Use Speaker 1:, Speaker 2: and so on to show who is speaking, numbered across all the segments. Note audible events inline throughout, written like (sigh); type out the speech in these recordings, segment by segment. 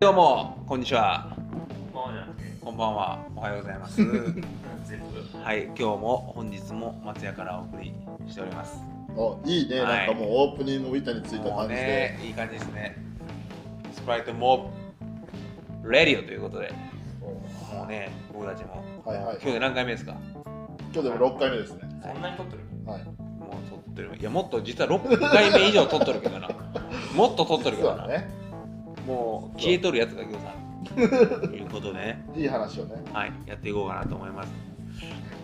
Speaker 1: どうもこんにちは
Speaker 2: まあじゃなくて
Speaker 1: こんばんはおはようございます
Speaker 3: (laughs)
Speaker 1: は
Speaker 2: 全部
Speaker 1: い今日も本日も松屋からお送りしております
Speaker 3: おいいね、
Speaker 1: はい
Speaker 3: なんかもうオープニングみたいについた
Speaker 1: も
Speaker 3: 感
Speaker 1: う
Speaker 3: じで、
Speaker 1: ねいい感じですねスプライトもレディオということでもうね僕たちも
Speaker 3: はいはい
Speaker 1: 今日で何回目ですか
Speaker 3: 今日でも6回目ですね
Speaker 2: そんなに撮ってる
Speaker 3: はい
Speaker 1: もう撮ってるいやもっと実は6回目以上撮っとるけど
Speaker 3: (laughs)
Speaker 1: なもっと撮っとるけ
Speaker 3: 実
Speaker 1: ど
Speaker 3: は
Speaker 1: な、
Speaker 3: ね
Speaker 1: もう消えとるやつがぎょうさんということでね
Speaker 3: いい話をね
Speaker 1: はい、やっていこうかなと思います。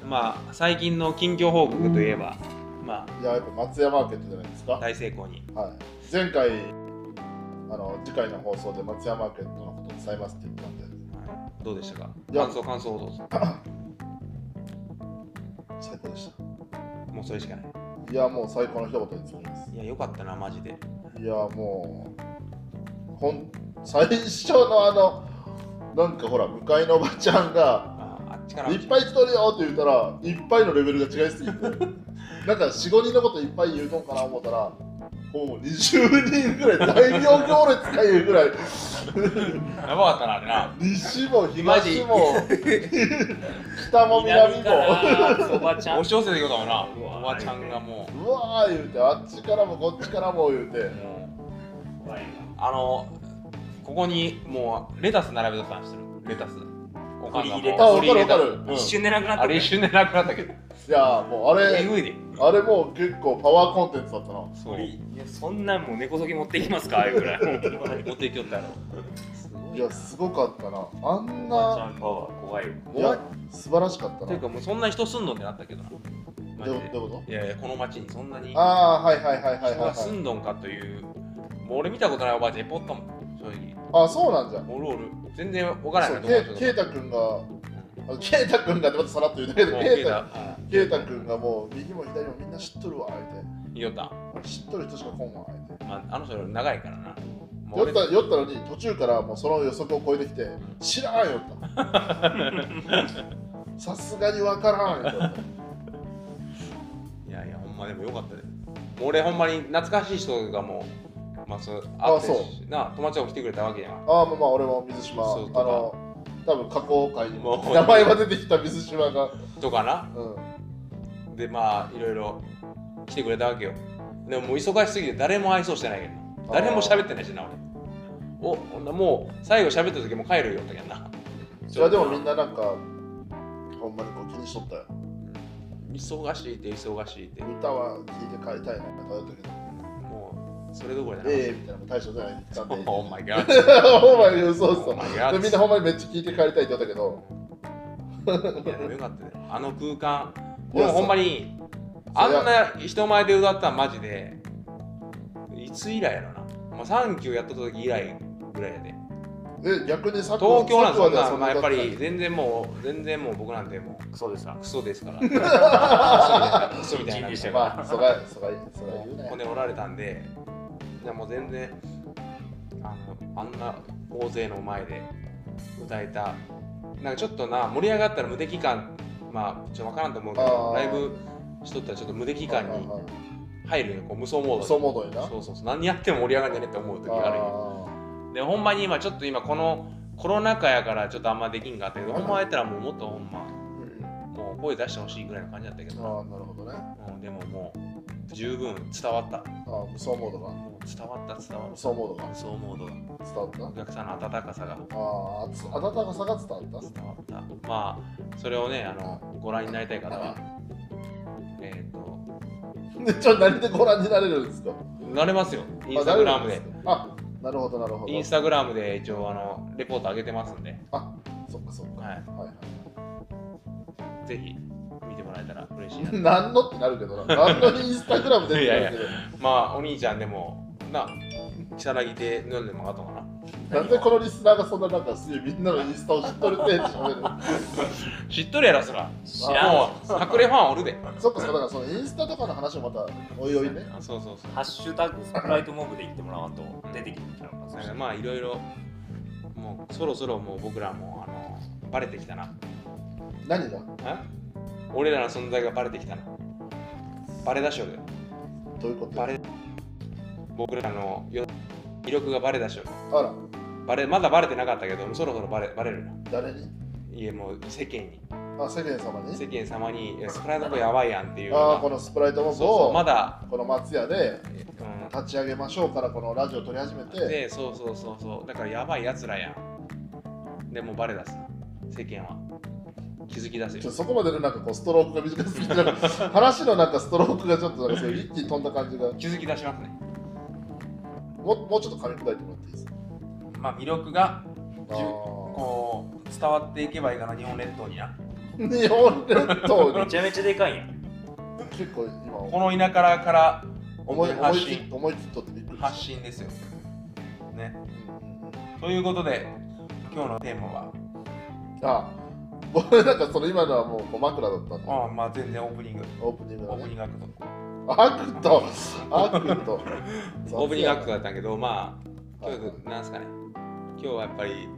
Speaker 1: まあ、最近の近況報告といえば、ま
Speaker 3: いややっぱ松屋マーケットじゃないですか
Speaker 1: あ、
Speaker 3: はい、
Speaker 1: 大成功に。
Speaker 3: 前回あの次回の放送で松屋マーケットのことを伝えますって言ったんで
Speaker 1: はいどうでしたか
Speaker 3: いや
Speaker 1: 感想、感想をどうぞ。
Speaker 3: 最高でし
Speaker 1: もうそれしかない。
Speaker 3: たいやもう最高の一言に尽きます
Speaker 1: いや、よかったな、マジで。
Speaker 3: いやもうほん最初のあのなんかほら向かいのおばちゃんが
Speaker 1: ああっちから。
Speaker 3: いっぱい来とるよって言ったら、いっぱいのレベルが違い
Speaker 1: (laughs)
Speaker 3: すぎて、なんか4、5人のこといっぱい言うのかな思ったら、もう20人ぐらい、大名行列かいうぐらい、
Speaker 1: やばかったな、あれな。
Speaker 3: 西も
Speaker 1: マジ
Speaker 3: 東も、北も南も、
Speaker 2: からおばちゃん
Speaker 1: 押し寄せていくだもんな。
Speaker 2: うわ
Speaker 1: おばちゃんがも
Speaker 3: うわー言うて、あっちからもこっちからも言うて
Speaker 1: う、、もう
Speaker 2: 怖いわ
Speaker 1: あの、ここにもうレタス並べとったんしてる。レタス。おかんがも
Speaker 2: 取り入
Speaker 1: う
Speaker 2: れ
Speaker 3: あ、わ
Speaker 1: 取り入
Speaker 3: かるわ
Speaker 1: れた
Speaker 3: かる。うん
Speaker 2: 一
Speaker 3: い
Speaker 2: 瞬でなくなった
Speaker 1: あれ一瞬でなくなったけど。
Speaker 3: や、もうあ
Speaker 1: え
Speaker 3: れ、
Speaker 1: ぐいで。
Speaker 3: あれもう結構パワーコンテンツだったな。
Speaker 1: そう。
Speaker 2: いやそんなんもう根こそぎ持っていきますかああいうぐらい本当に
Speaker 1: 持っていきよったやろ。すご
Speaker 3: い
Speaker 1: いな
Speaker 3: や、すごかったな。あん
Speaker 2: おばちゃ
Speaker 3: な、
Speaker 2: んパワー怖いよ
Speaker 3: いや、素晴らしかった
Speaker 1: と
Speaker 3: な。
Speaker 1: いう
Speaker 3: ど
Speaker 1: かもうそんな人住んどんってなったけどな。マ
Speaker 3: う
Speaker 1: ジで
Speaker 3: どういうこ
Speaker 1: いやいや、この町にそんなに
Speaker 3: とああ、はいはいはいはい
Speaker 1: 人
Speaker 3: はい、は
Speaker 1: が
Speaker 3: い。
Speaker 1: 住んどんかという、もう俺見たことないおばあちゃん、ポッともん、正直。
Speaker 3: あ、そうなんじゃん。
Speaker 1: おるおる。全然わから
Speaker 3: そ
Speaker 1: な
Speaker 3: う
Speaker 1: い
Speaker 3: ケイケイタ君が、あケイタ君がってまたさらっと言うんだけど、ケイタケイタ君がもう右も左もみんな知っとるわ、あえ
Speaker 1: いよった。
Speaker 3: て。知っとる人しか来んわ、あえて。
Speaker 1: まあ、あの人長いからな。もう
Speaker 3: 酔
Speaker 1: 俺
Speaker 3: った酔ったのに途中からもうその予測を超えてきて、知らんよった。さすがにわからんよった。
Speaker 1: いやいや、ほんまでもよかったで。もう俺ほんまに懐かしい人がもう、まあ、そう、
Speaker 3: あ
Speaker 1: あって
Speaker 3: そう
Speaker 1: しな、友達が来てくれたわけやん。
Speaker 3: ああ、まあまあ、俺も水島、あ
Speaker 1: そうとか
Speaker 3: の、多分加工会にも
Speaker 1: もう
Speaker 3: 名前は出てきた水島が、
Speaker 1: とかな。
Speaker 3: うん、
Speaker 1: で、まあ、いろいろ来てくれたわけよ。でももう忙しすぎて誰も愛想してないけどな。誰も喋ってないしな、俺。お、ほんなもう最後喋った時もう帰るよったけどな。
Speaker 3: いやでもみんななんか、ほんまにこう気にしとったよ。
Speaker 1: 忙しいって忙しいって
Speaker 3: 歌は聴いて帰りたいなとか言ったけど、
Speaker 1: もうそれどころじゃない
Speaker 3: ええ
Speaker 1: (laughs)
Speaker 3: みたいなのも大したことない言ったんで。
Speaker 1: オーマイガー
Speaker 3: (laughs) ほんまに嘘嘘。
Speaker 1: オーマイガ
Speaker 3: で
Speaker 1: ー
Speaker 3: みんなほんまにめっちゃ聞いて帰りたいって言ったけど、
Speaker 1: いやでもよかったねあの空間
Speaker 3: いや
Speaker 1: もうほんまにあんな人前で歌ったんマジでいつ以来やろな、まあ、サンキューやっとった時以来ぐらいやで
Speaker 3: え逆にさ
Speaker 1: 東京なんてそんな
Speaker 3: 佐久間では
Speaker 1: まあやっぱ
Speaker 3: 歌
Speaker 1: り全然もう全然もう僕なんても
Speaker 2: クソでさ
Speaker 1: うクソですから
Speaker 3: (laughs)
Speaker 1: クソみたいな
Speaker 2: 一日
Speaker 3: て
Speaker 2: で
Speaker 3: たまあそがそがそが言うね。
Speaker 1: 骨折られたんで、でもう全然あのあんな大勢の前で歌えた、なんかちょっとな、盛り上がったら無敵感、まあ、ちょっと分からんと思うけど
Speaker 3: あ、ー
Speaker 1: ライブしとったらちょっと無敵感に入るよ、こう無双モードで
Speaker 3: そうモードにな。
Speaker 1: そうそうそう、何やっても盛り上がんじゃねえって思う時があるよ。で、ほんまに今、ちょっと今、このコロナ禍やから、ちょっとあんまできんかったけど、ほんまやったらもうもっとほんま、
Speaker 3: あーうん
Speaker 1: もう声出してほしいぐらいの感じだったけ
Speaker 3: あ
Speaker 1: ど、
Speaker 3: ーなるほどね。
Speaker 1: うん、でももう、十分伝わった。
Speaker 3: あー無双モードが
Speaker 1: もう伝わった、伝わっ
Speaker 3: 無双モード
Speaker 1: た。
Speaker 3: が
Speaker 1: 無双モードが。
Speaker 3: 伝わった
Speaker 1: お。客さんの温かさが
Speaker 3: ああつ温かさが伝わった。
Speaker 1: 伝わったまあそれをねあのご覧になりたい方はえっ、と
Speaker 3: で (laughs) ちょっと何でご覧になれるんですか。
Speaker 1: なれますよ
Speaker 3: あ
Speaker 1: インスタグラム。
Speaker 3: なれ
Speaker 1: で
Speaker 3: るんすかあなるほどなるほど。
Speaker 1: インスタグラムで一応あのレポート上げてますんで、
Speaker 3: あそっかそっか。
Speaker 1: は
Speaker 3: はいはい。
Speaker 1: い、ぜひ見てもらえたら嬉しい (laughs) な
Speaker 3: 何の (laughs) ってなるけどな。何のインスタグラムでってなるけど。
Speaker 1: まあお兄ちゃんでもな如月で飲んでもらったのかな
Speaker 3: なんでこのリスナーがそんななんかすげえみんなのインスタを知っとるって喋るの
Speaker 1: 知っとるやろそら
Speaker 2: 知らん
Speaker 1: もう隠れファンおるで
Speaker 3: そっかそっかだからそのインスタとかの話をまたおいおいね。
Speaker 1: あそうそうそう
Speaker 2: ハッシュタグスプライトモブで言ってもらわんと出てきてゃうから
Speaker 1: だか
Speaker 2: さ
Speaker 1: らまあいろいろもうそろそろもう僕らもあのバレてきたな
Speaker 3: 何が
Speaker 1: え俺らの存在がバレてきたなバレだしょるよ
Speaker 3: どういうこと
Speaker 1: バレ僕らのよ魅力がバレだしょる
Speaker 3: あら、
Speaker 1: バレまだバレてなかったけどもうそろそろバレバレるな
Speaker 3: 誰に
Speaker 1: いえもう世間に
Speaker 3: あ世間様に
Speaker 1: 世間様にいやスプライトもやばいやんっていうような
Speaker 3: ああこのスプライトモ
Speaker 1: そう
Speaker 3: ブ
Speaker 1: そう
Speaker 3: を
Speaker 1: まだ、
Speaker 3: この松屋で
Speaker 1: うん
Speaker 3: 立ち上げましょうからこのラジオ撮り始めて
Speaker 1: でそうそうそうそうだからやばいやつらやんでもうバレ出す世間は気づき出す
Speaker 3: ちょ
Speaker 1: よ
Speaker 3: そこまでのなんかこうストロークが短すぎてなんか話のなんかストロークがちょっとなんかそう一気に飛んだ感じが
Speaker 1: 気づき出しますね
Speaker 3: もうもうちょっと噛み砕いてもらっていいですか
Speaker 2: まあ魅力が
Speaker 3: あー
Speaker 2: こう伝わっていけばいいかな日本列島にな
Speaker 3: 日本列島
Speaker 2: め
Speaker 3: に
Speaker 2: ちゃめちゃでかいやん
Speaker 3: 結構今
Speaker 1: この田舎からから
Speaker 3: 思い思
Speaker 1: 発
Speaker 3: い切っ
Speaker 1: 信
Speaker 3: 思い切っとってびっくりした
Speaker 1: 発信ですよね
Speaker 3: うん
Speaker 1: ということで今日のテーマは
Speaker 3: あ僕なんかその今のはもうこう枕だったの
Speaker 1: ああまあ全然オープニング
Speaker 3: オープニング
Speaker 1: オ
Speaker 3: の
Speaker 1: ープニ
Speaker 3: ね
Speaker 1: ングアクト
Speaker 3: アクトアクト
Speaker 1: オープニングアクト
Speaker 3: ト
Speaker 1: だったんやけどまあ今日なんすかね今日はやっぱり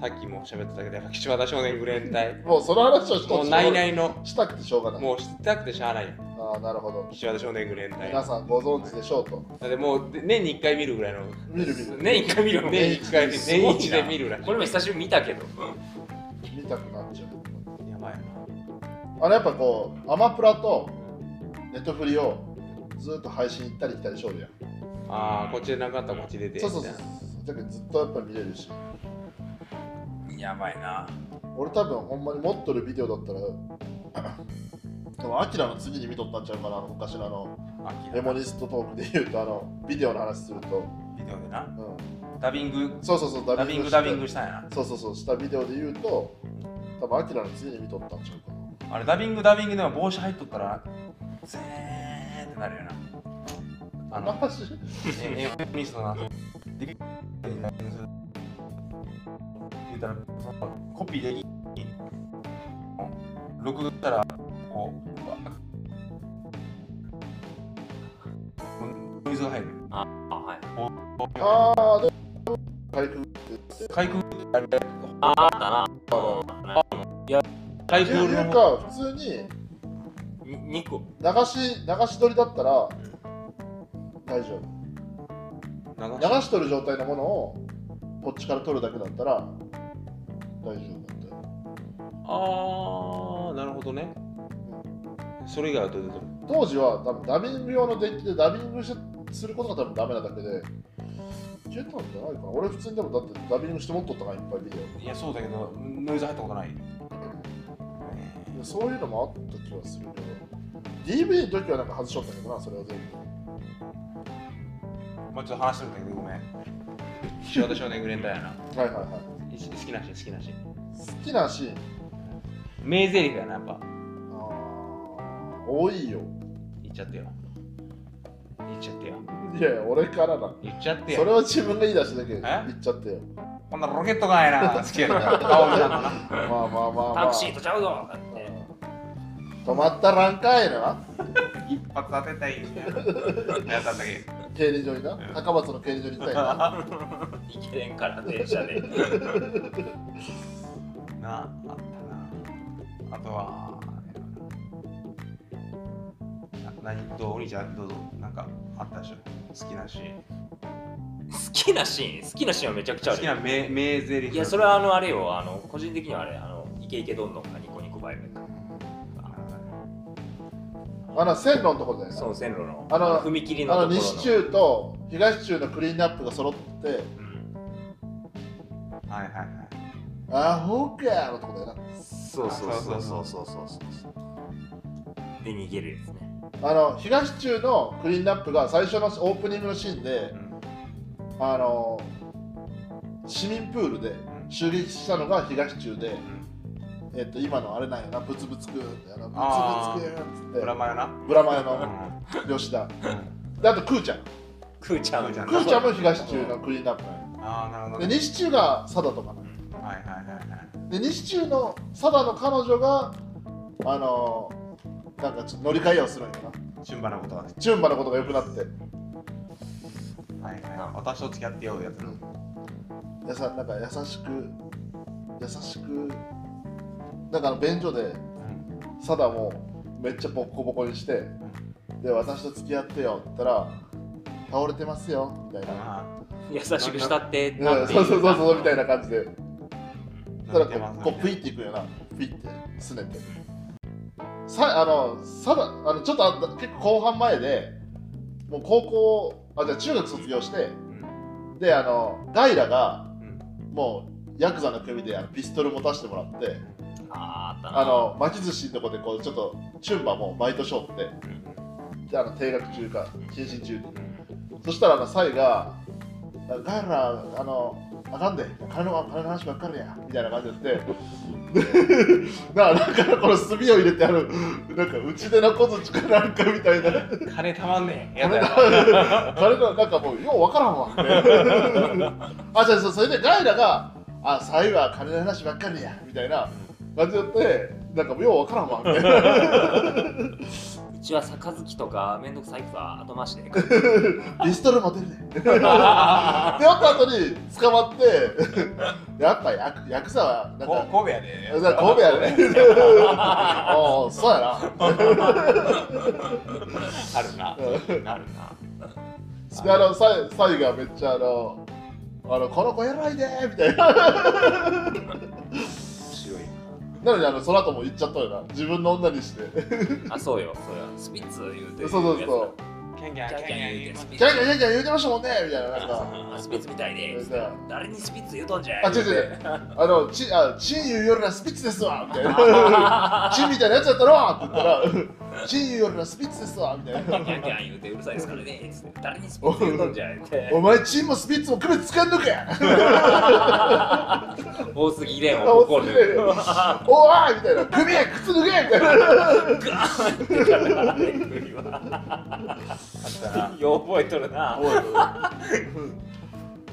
Speaker 1: さっきも喋ってたけどやっぱ岸和田少年グレン隊
Speaker 3: もうその話をし
Speaker 1: もうないないいの
Speaker 3: したくてしょうがない
Speaker 1: もう知りたくてしゃあないよ
Speaker 3: ああなるほど
Speaker 1: 岸和田少年グレン隊
Speaker 3: 皆さんご存知でしょうと
Speaker 1: だってもう年に1回見るぐらいの
Speaker 3: 見る見る
Speaker 2: 年一回見るの
Speaker 1: 年1回
Speaker 2: すごい
Speaker 1: 年
Speaker 2: な
Speaker 1: 一で見るぐらい
Speaker 2: これも久しぶりに見たけど
Speaker 3: 見たくなっちゃう
Speaker 1: やばいな
Speaker 3: あれやっぱこうアマプラとネットフリをずっと配信行ったり来たりしょるやん
Speaker 1: ああこっちでなかったらこっち出て
Speaker 3: そうそうそう
Speaker 1: みたい
Speaker 3: だけどずっとやっぱ見れるし
Speaker 2: やばいな
Speaker 3: 俺多分ほんまに持っとるビデオだったらでもアキラの次に見とったんちゃうかな昔のあの
Speaker 1: な秋
Speaker 3: メ
Speaker 1: だ
Speaker 3: モリストトークで言うとあのビデオの話すると、
Speaker 2: ビデオでな
Speaker 3: う
Speaker 2: ダビング
Speaker 3: ん、そうそうそう
Speaker 2: ダビング
Speaker 3: して
Speaker 2: ダビングしたんや
Speaker 3: そうそうそうしたビデオで言うと多分アキラの次に見とったんちゃうかな
Speaker 2: なあれダビングダビングでも帽子入っとったらぜーってなるよな
Speaker 1: あ
Speaker 3: あ (laughs)
Speaker 1: の
Speaker 3: の話
Speaker 1: ええミストなで
Speaker 2: 言
Speaker 1: き
Speaker 2: うたらそのコピーでき録画したらこうわ
Speaker 1: ノイズが入る
Speaker 4: あはい、
Speaker 3: ああで軽く
Speaker 1: 開封
Speaker 4: ああったな。
Speaker 1: 開
Speaker 3: って
Speaker 1: 封
Speaker 3: い
Speaker 1: の
Speaker 3: う
Speaker 1: 方
Speaker 3: か普通に流し
Speaker 2: に2個
Speaker 3: 流し撮りだったら大丈夫
Speaker 1: 流
Speaker 3: 流
Speaker 1: し
Speaker 3: しとる状態のものをこっちから撮るだけだったら大丈夫だったよ
Speaker 1: ああなるほどねそれ以外はどう出てる
Speaker 3: 当時は多分ダビング用のデッキでダビングしすることが多分ダメなだけでいけたんじゃないかな俺普通にでもだってダビングして持っとったからいっぱいビデ
Speaker 1: いやそうだけどノイズ入ったことない
Speaker 3: オでそういうのもあった気はするけど DV の時はなんか外しとったけどなそれは全部
Speaker 1: まあちょっと話してるんだけどごめん岸和田少年グレン隊やな
Speaker 3: はいはいはい
Speaker 1: い好きなシーン好きなシーン
Speaker 3: 好きなシーン
Speaker 1: 名台詞やなやっぱ
Speaker 3: あー多いよ
Speaker 1: 言っちゃってよ言っちゃってよ
Speaker 3: いやいや俺からだ
Speaker 1: 言っちゃって
Speaker 3: それ
Speaker 1: よ
Speaker 3: は自分が言い出しだけ言
Speaker 1: え
Speaker 3: っちゃってよ
Speaker 1: こんなロケットがやな好きやな青木さんのな
Speaker 3: まあまあまあまあ
Speaker 4: タクシーとちゃうぞだって
Speaker 3: うん止まったらんかいな
Speaker 1: 一発当てたいみたいなやったんだ
Speaker 3: (laughs)
Speaker 1: け
Speaker 3: 競輪場にな、高松の競輪場に行きたいな
Speaker 4: 行けれんから電車で。
Speaker 1: どなあったなあとはな何どうお兄ちゃんどうぞなんかあったでしょ好きなシーン
Speaker 4: 好きなシーン、好きなシーンはめちゃくちゃあ
Speaker 1: 好
Speaker 4: る。
Speaker 1: きな名名台詞
Speaker 4: いや、それはあのあれよ、あの個人的にはあれ、あのイケイケどんどんかニコニコバイブか。
Speaker 3: あの線路のところじゃないです
Speaker 4: そ
Speaker 3: か
Speaker 4: の線路の
Speaker 3: あの
Speaker 4: 踏切の
Speaker 3: あ
Speaker 4: とこ
Speaker 3: の
Speaker 4: ろの。
Speaker 3: 西中と東中のクリーンアップが揃って
Speaker 4: うん
Speaker 1: はいはいはい
Speaker 3: アホかーのとこだよ
Speaker 4: そうそうそうそうそうそうそう。で逃げるやつね。
Speaker 3: なあの東中のクリーンアップが最初のオープニングのシーンで
Speaker 1: うん
Speaker 3: あの市民プールで
Speaker 1: ん
Speaker 3: 襲撃したのが東中で、
Speaker 1: うん
Speaker 3: えっと、今のあれなんやなブツブツくんってあの
Speaker 1: あー
Speaker 3: ブツブツくんっつって
Speaker 1: ブラマヨな
Speaker 3: ブラマヨ
Speaker 1: う
Speaker 3: の
Speaker 1: ん
Speaker 3: 吉田
Speaker 1: うん
Speaker 3: であとクーちゃん
Speaker 4: クーちゃん。
Speaker 1: クーちゃん
Speaker 3: クーちゃんも東中のクリーンアップなんよ
Speaker 1: ああなるほど
Speaker 3: で
Speaker 1: ね
Speaker 3: 西中が佐田とかな
Speaker 1: はいはいはいはい
Speaker 3: で西中の佐田の彼女があのーなんかちょっと乗り換えをするんやな
Speaker 1: 順番のことは
Speaker 3: チュンバのことが良くなって
Speaker 1: はいはい私と付き合ってようやつの
Speaker 3: やさなんか優しく優しくなんかあの便所で
Speaker 1: うん
Speaker 3: 佐田もめっちゃボッコボコにしてで私と付き合ってよって言ったら倒れてますよみたいな
Speaker 1: あ優しくしたって
Speaker 3: うん
Speaker 1: なって
Speaker 3: そうそうそうそうみたいな感じでそした
Speaker 1: な
Speaker 3: ら
Speaker 1: ってます
Speaker 3: こうこうピッていくよなピッてすねてさあのさだあのちょっとあった結構後半前でもう高校あじゃあ中学卒業してであのガイラが
Speaker 1: うん
Speaker 3: もうヤクザの組であのピストル持たせてもらって
Speaker 4: あーあったな
Speaker 3: あの巻き寿司のとこでこうちょっとチュンバもバイトしょってであの定額中か謹慎中そしたらあのサイが「あガイラあのあかんで金の金の話ばっかりや」みたいな感じで言って (laughs) でななんかこの炭を入れてあるなんか打ち出の小槌かなんかみたいな
Speaker 1: 金たまんねえやだ
Speaker 3: 金
Speaker 1: よ
Speaker 3: が金がなんかもうようわからんわ (laughs) みたいなあじゃあそうそれでガイラが「あサイは金の話ばっかりや」みたいな感じで言ってなんかもうようわからんわみたい (laughs) な。
Speaker 4: うちは杯とかめんどくさいから後回し (laughs) で
Speaker 3: ピストル持てるね。で、酔った後に捕まって、やっぱヤクヤクザは、なん
Speaker 2: こ
Speaker 3: か、
Speaker 2: 神戸やで
Speaker 3: なんか神戸やね。おお、そうやな。
Speaker 1: あるな
Speaker 4: なるな
Speaker 3: スペアのサイサイがめっちゃあの、あの、この子偉いねみたいな。
Speaker 1: 白い
Speaker 3: なのに、あの、その後も行っちゃったよな。自分の女にして。
Speaker 4: あそうよそうよスピッツ言うて
Speaker 3: そうそうそう
Speaker 1: キャンキャン
Speaker 4: キ
Speaker 1: キャン
Speaker 4: ャン
Speaker 1: キ
Speaker 4: キ
Speaker 1: ャン
Speaker 4: ャン
Speaker 1: 言
Speaker 4: 言
Speaker 1: う
Speaker 4: う
Speaker 1: てスピ
Speaker 4: てスピッ
Speaker 3: キャンキャンキャンキャン言うてましたもんねみたいな。なんか、
Speaker 4: ツあスピッツみたいで
Speaker 3: なんか
Speaker 4: 誰にスピッツ言うとんじゃい
Speaker 3: あ、違う違う。あの、チあチン言うよりはスピッツですわみたいな。チンみたいなやつやったろって言ったら、チン言うよりはスピッツですわみたい
Speaker 4: キャ
Speaker 3: な
Speaker 4: ン。キャンキャン言うてうるさいですからねつって誰にスピッツ言うとん
Speaker 3: (laughs)
Speaker 4: じゃいって
Speaker 3: お前チームもスピッツも区別つかんのかや
Speaker 4: 大杉蓮を怒る (laughs)
Speaker 3: おーいみたいな組や靴脱げみたいな
Speaker 4: よう覚えとるな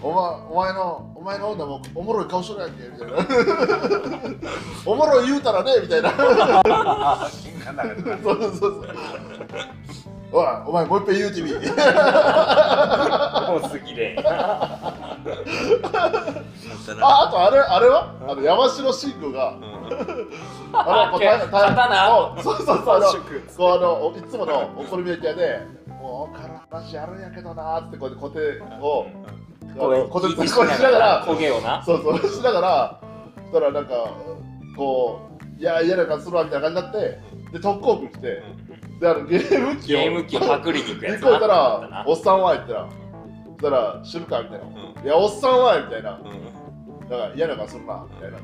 Speaker 3: お前お前のお前の女もおもろい顔しとるやんけみたいなおもろい言うたらねみたいな
Speaker 2: 金が流れて
Speaker 3: そうそうそうおいお前もう一遍言うてみ
Speaker 4: 大杉蓮
Speaker 1: あったな
Speaker 3: ああとあれあれはあの山城慎吾があのこうた
Speaker 4: 刀
Speaker 3: たそうそうそうあのこうあのおいつものお好み焼き屋でもうから話やるんやけどなーってこうやってコテを
Speaker 4: これ
Speaker 3: こてつこうしながら
Speaker 4: 焦げをな
Speaker 3: そうそうしながらそしたらなんかこういや嫌な感じするわみたいな感じになってで特攻服来てであのゲーム機
Speaker 4: ゲ
Speaker 3: を
Speaker 4: ーム機をパクりに行くや
Speaker 3: 行
Speaker 4: つ
Speaker 3: こう
Speaker 4: な
Speaker 3: たら
Speaker 4: な
Speaker 3: おっさんは言ったらそしたら知るかみたいな、
Speaker 1: う
Speaker 3: いやおっさんはみたいな
Speaker 1: うんうん
Speaker 3: だから嫌な感じするなみたいな、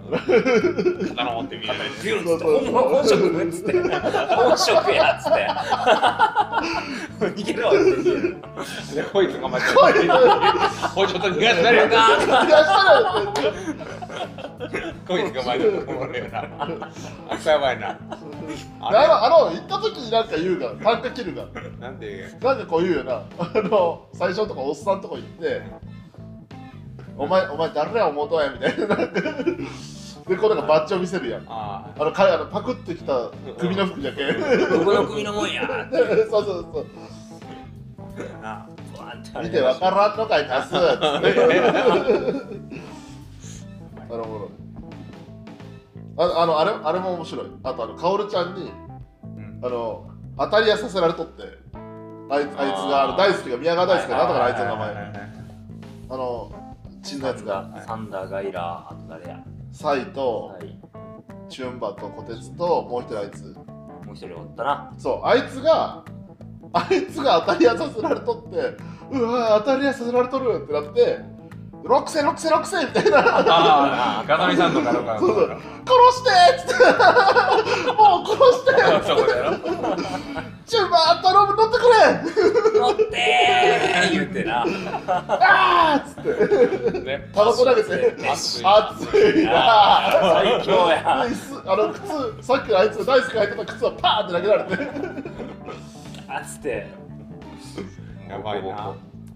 Speaker 1: 刀
Speaker 3: (laughs)
Speaker 1: 持ってみる
Speaker 4: ビュンっつって本物本職っつって本職や
Speaker 3: (laughs)
Speaker 4: っつって逃げろって言う
Speaker 1: でこいつがま
Speaker 3: こいつ
Speaker 1: こいつちょっと逃がしなるよな
Speaker 4: な
Speaker 3: 逃がしたらって
Speaker 1: こいつがまだ思うよなあやばいな
Speaker 3: あの
Speaker 1: あ
Speaker 3: あの行った時になんか言うから単価切るから
Speaker 1: れなんていう
Speaker 3: なんかこう言うよな、あの最初のとこおっさんとこ行って、お前、お前誰や思うとんやみたいな、 (laughs) なんかで、こうなんかバッジを見せるやん。
Speaker 1: あ
Speaker 3: あの彼あのパクってきた首の服じゃけん。
Speaker 4: どこの組のもんや
Speaker 3: そうそうそう。
Speaker 1: あな
Speaker 3: 見てわからんのかい (laughs) 足す。なるほど。ああのあれあれも面白い。あとあのカオルちゃんに
Speaker 1: うん
Speaker 3: あの当たり屋させられとって、あいつあいつがあの大好きが宮川大好きがなんだからあいつの名前。あの、チンのやつが、
Speaker 4: サンダーガイラーあと誰や
Speaker 3: サイと
Speaker 4: は、い
Speaker 3: チュンバとコテツと、もう一人あいつ。
Speaker 4: もう一人おったな
Speaker 3: そう、あいつが、あいつが当たり屋させられとって、うわぁ、当たり屋させられとるってなって、六千六千六千みたいな、
Speaker 1: ああガミさんとかどうか
Speaker 3: そうそう殺してっつって、もう殺して、
Speaker 1: そうそうだよ
Speaker 3: チュンバ頼む、乗ってくれ
Speaker 4: 乗ってー言うてな
Speaker 3: あーっつって、
Speaker 1: ね
Speaker 3: タバコ投げて、
Speaker 1: 熱い
Speaker 3: 熱いなぁ。
Speaker 4: 最強や
Speaker 3: で椅子あの靴さっきのあいつが大好きが履いてた靴をパーンって投げられて
Speaker 4: あつって
Speaker 1: やばいな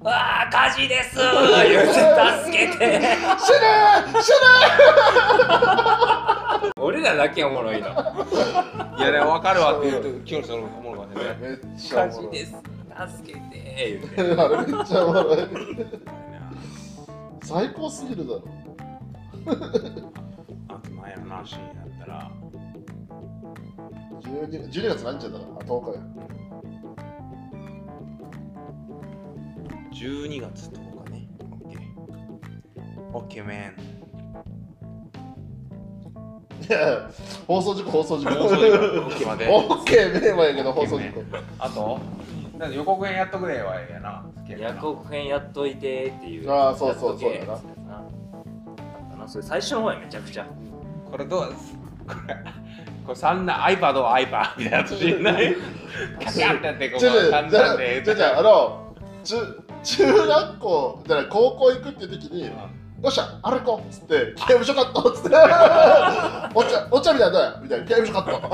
Speaker 4: ああ火事ですー言うて助けて
Speaker 3: 死ぬ死
Speaker 4: 俺らだけおもろいの
Speaker 1: いやでも分かるわって言うと今日その思うわね
Speaker 3: ぬめっちゃ
Speaker 4: 火
Speaker 3: お
Speaker 4: 事
Speaker 3: もろい
Speaker 4: です助けてー言うて
Speaker 3: あれめっちゃおもろい最高すぎるだろ
Speaker 1: あと前の話になったら
Speaker 3: 12, 12月何日だったかな10日や
Speaker 1: 12月10日ねオッケーオッケーメン。
Speaker 3: いや放送事故放送事故
Speaker 1: 放送事故オッケーまで
Speaker 3: オッケー名前やけど放送事故
Speaker 2: あとなんか予告編やっとくれはええやな好きやな
Speaker 4: 夜行編やっといてっていう
Speaker 3: あーそうそう
Speaker 4: やっとけ
Speaker 3: そうだな
Speaker 4: やつなあったなそれ最初の方やめちゃくちゃ
Speaker 1: これどうですこれ、これ三男、iPad を iPad みたいなやつ知んないカシャンってやって、ここ
Speaker 3: ちょちょ
Speaker 1: 三
Speaker 3: じゃ
Speaker 1: 男
Speaker 3: あ
Speaker 1: で。
Speaker 3: じゃあじゃああの中中学校じゃない高校行くっていう時によっしゃ歩こうっつって刑務所カットっつってお茶お茶みたいなのどうやみたいな刑務所カット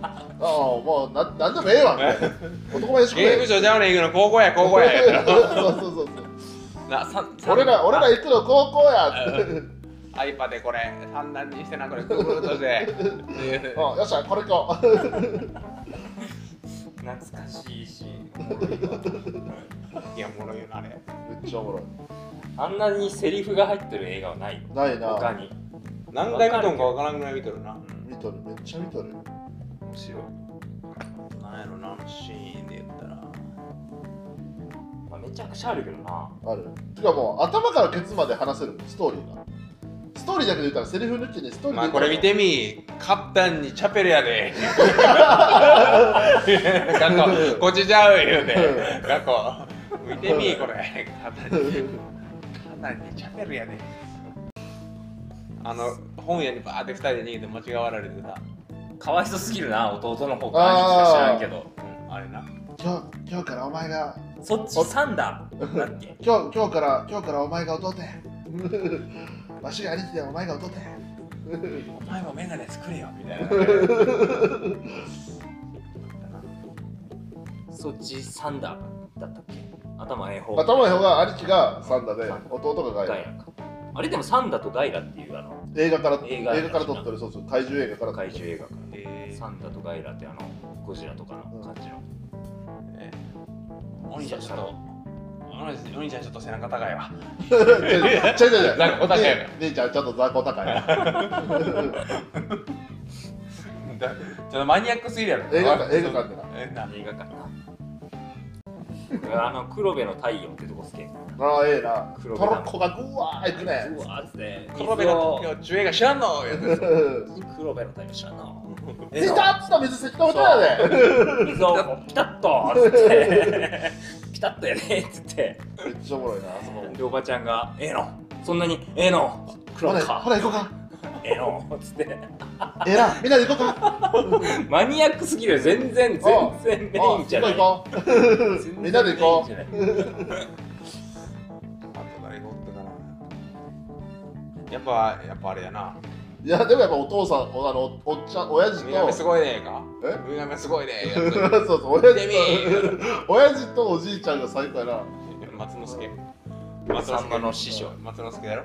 Speaker 3: ああもうななんでもええわみたいな男前でしか
Speaker 1: ゲーム所じゃうねん行くの、高校や、高校や。やったら
Speaker 3: そうそうそうそう
Speaker 1: なさん
Speaker 3: 俺ら俺ら行くの高校やっつって
Speaker 1: あ iPad でこれ、三男にしてな、これ、グーグルとして。
Speaker 3: うんよっしゃこれ行こう
Speaker 4: 懐かしいし
Speaker 1: いや、おもろいよな、あれ。
Speaker 3: めっちゃおもろい
Speaker 4: あんなにセリフが入ってる映画はない
Speaker 3: ない
Speaker 4: 他
Speaker 3: な
Speaker 4: に
Speaker 1: 何回見とんかわからんぐらい見とるな。
Speaker 3: 見とるめっちゃ見とる
Speaker 1: 面白い。なんやろな、あのシーンで言ったら。
Speaker 4: まあ、めちゃくちゃあるけどな
Speaker 3: あるてかもう頭からケツまで話せるもんストーリーがストーリーだけで言ったらセリフ抜きにストーリー
Speaker 1: まあ、これ見てみ、カッタンにチャペルや
Speaker 3: (laughs)
Speaker 1: で。学校、こっちちゃう言うて。学校、見てみ、これ。カッタンにカッタンにチャペルやで。あの、本屋にバーって二人で逃げて間違われてた。
Speaker 4: かわいそすぎるな弟の方からしか知らんけど
Speaker 1: うん、あれな。
Speaker 3: 今日今日からお前が
Speaker 4: そっち三 (laughs) 段だっけ
Speaker 3: 今日今日から今日からお前が弟や (laughs) わしが兄貴でお前が弟や
Speaker 4: お前もメガネ作れよみたいなそっち三段だったっけ頭ええ方
Speaker 3: 頭の方が兄貴がサンダで弟がガ
Speaker 4: ガイ
Speaker 3: イ
Speaker 4: ラかあれでもサンダとガイラっていうあの
Speaker 3: 映画から
Speaker 4: 映
Speaker 3: 映
Speaker 4: 画
Speaker 3: 画から撮ってるそうそう怪獣映画から撮っ
Speaker 4: 怪
Speaker 3: てる
Speaker 4: 獣映画から
Speaker 1: え
Speaker 4: サンダとガイラってあのゴジラとかの感じの
Speaker 1: えお兄ちゃんちょっと、お兄ちゃんお兄ちゃんちょっと背中高いわ。
Speaker 3: ちょいちょいちょい
Speaker 1: 雑魚高い
Speaker 3: ね兄ちゃんちょっと雑魚高い
Speaker 1: だちょっとマニアックすぎるやろ。
Speaker 3: 映画館映画館でな
Speaker 1: えな。
Speaker 4: 映画かなあの黒部の太陽ってとこ好き
Speaker 3: ああええなト
Speaker 4: 黒
Speaker 3: ロ
Speaker 4: 部だ
Speaker 3: ッコがぐわーいくね
Speaker 4: う
Speaker 3: (laughs)
Speaker 4: わーっつって
Speaker 1: 黒部の
Speaker 4: 水を
Speaker 1: 今日中映画知らんの言うて
Speaker 4: 黒部の太陽知らんの
Speaker 3: ピタッと水せき止めたやで
Speaker 4: 水をこうピタッとっつって (laughs) ピタッとやねっつって
Speaker 3: めっちゃおもろいなあそこ
Speaker 4: でおばちゃんが「ええのそんなにええの黒
Speaker 3: ほら
Speaker 4: か
Speaker 3: ほら行こうか
Speaker 4: ええの」っつって
Speaker 3: ええなみんなで行こうか
Speaker 4: マニアックすぎるよ全然
Speaker 3: あ
Speaker 4: 全然メ
Speaker 3: あ
Speaker 4: インじゃない
Speaker 3: 行こう行こ
Speaker 4: 全然
Speaker 3: みんなで行こう
Speaker 4: メインじゃない
Speaker 1: あと誰がおったかなやっぱ、やっぱあれやな。
Speaker 3: ういやでもやっぱお父さんおあのおっちゃん親父
Speaker 1: ウミガメす
Speaker 3: と
Speaker 1: ごいねえか。
Speaker 3: え
Speaker 1: ウミガメすごいねえ
Speaker 3: そう
Speaker 1: や
Speaker 3: (laughs) そう親
Speaker 1: デミ
Speaker 3: 父と親父とおじいちゃんが最高やな
Speaker 1: つ。松之助。
Speaker 4: さんまの師匠
Speaker 1: 松之助だろ。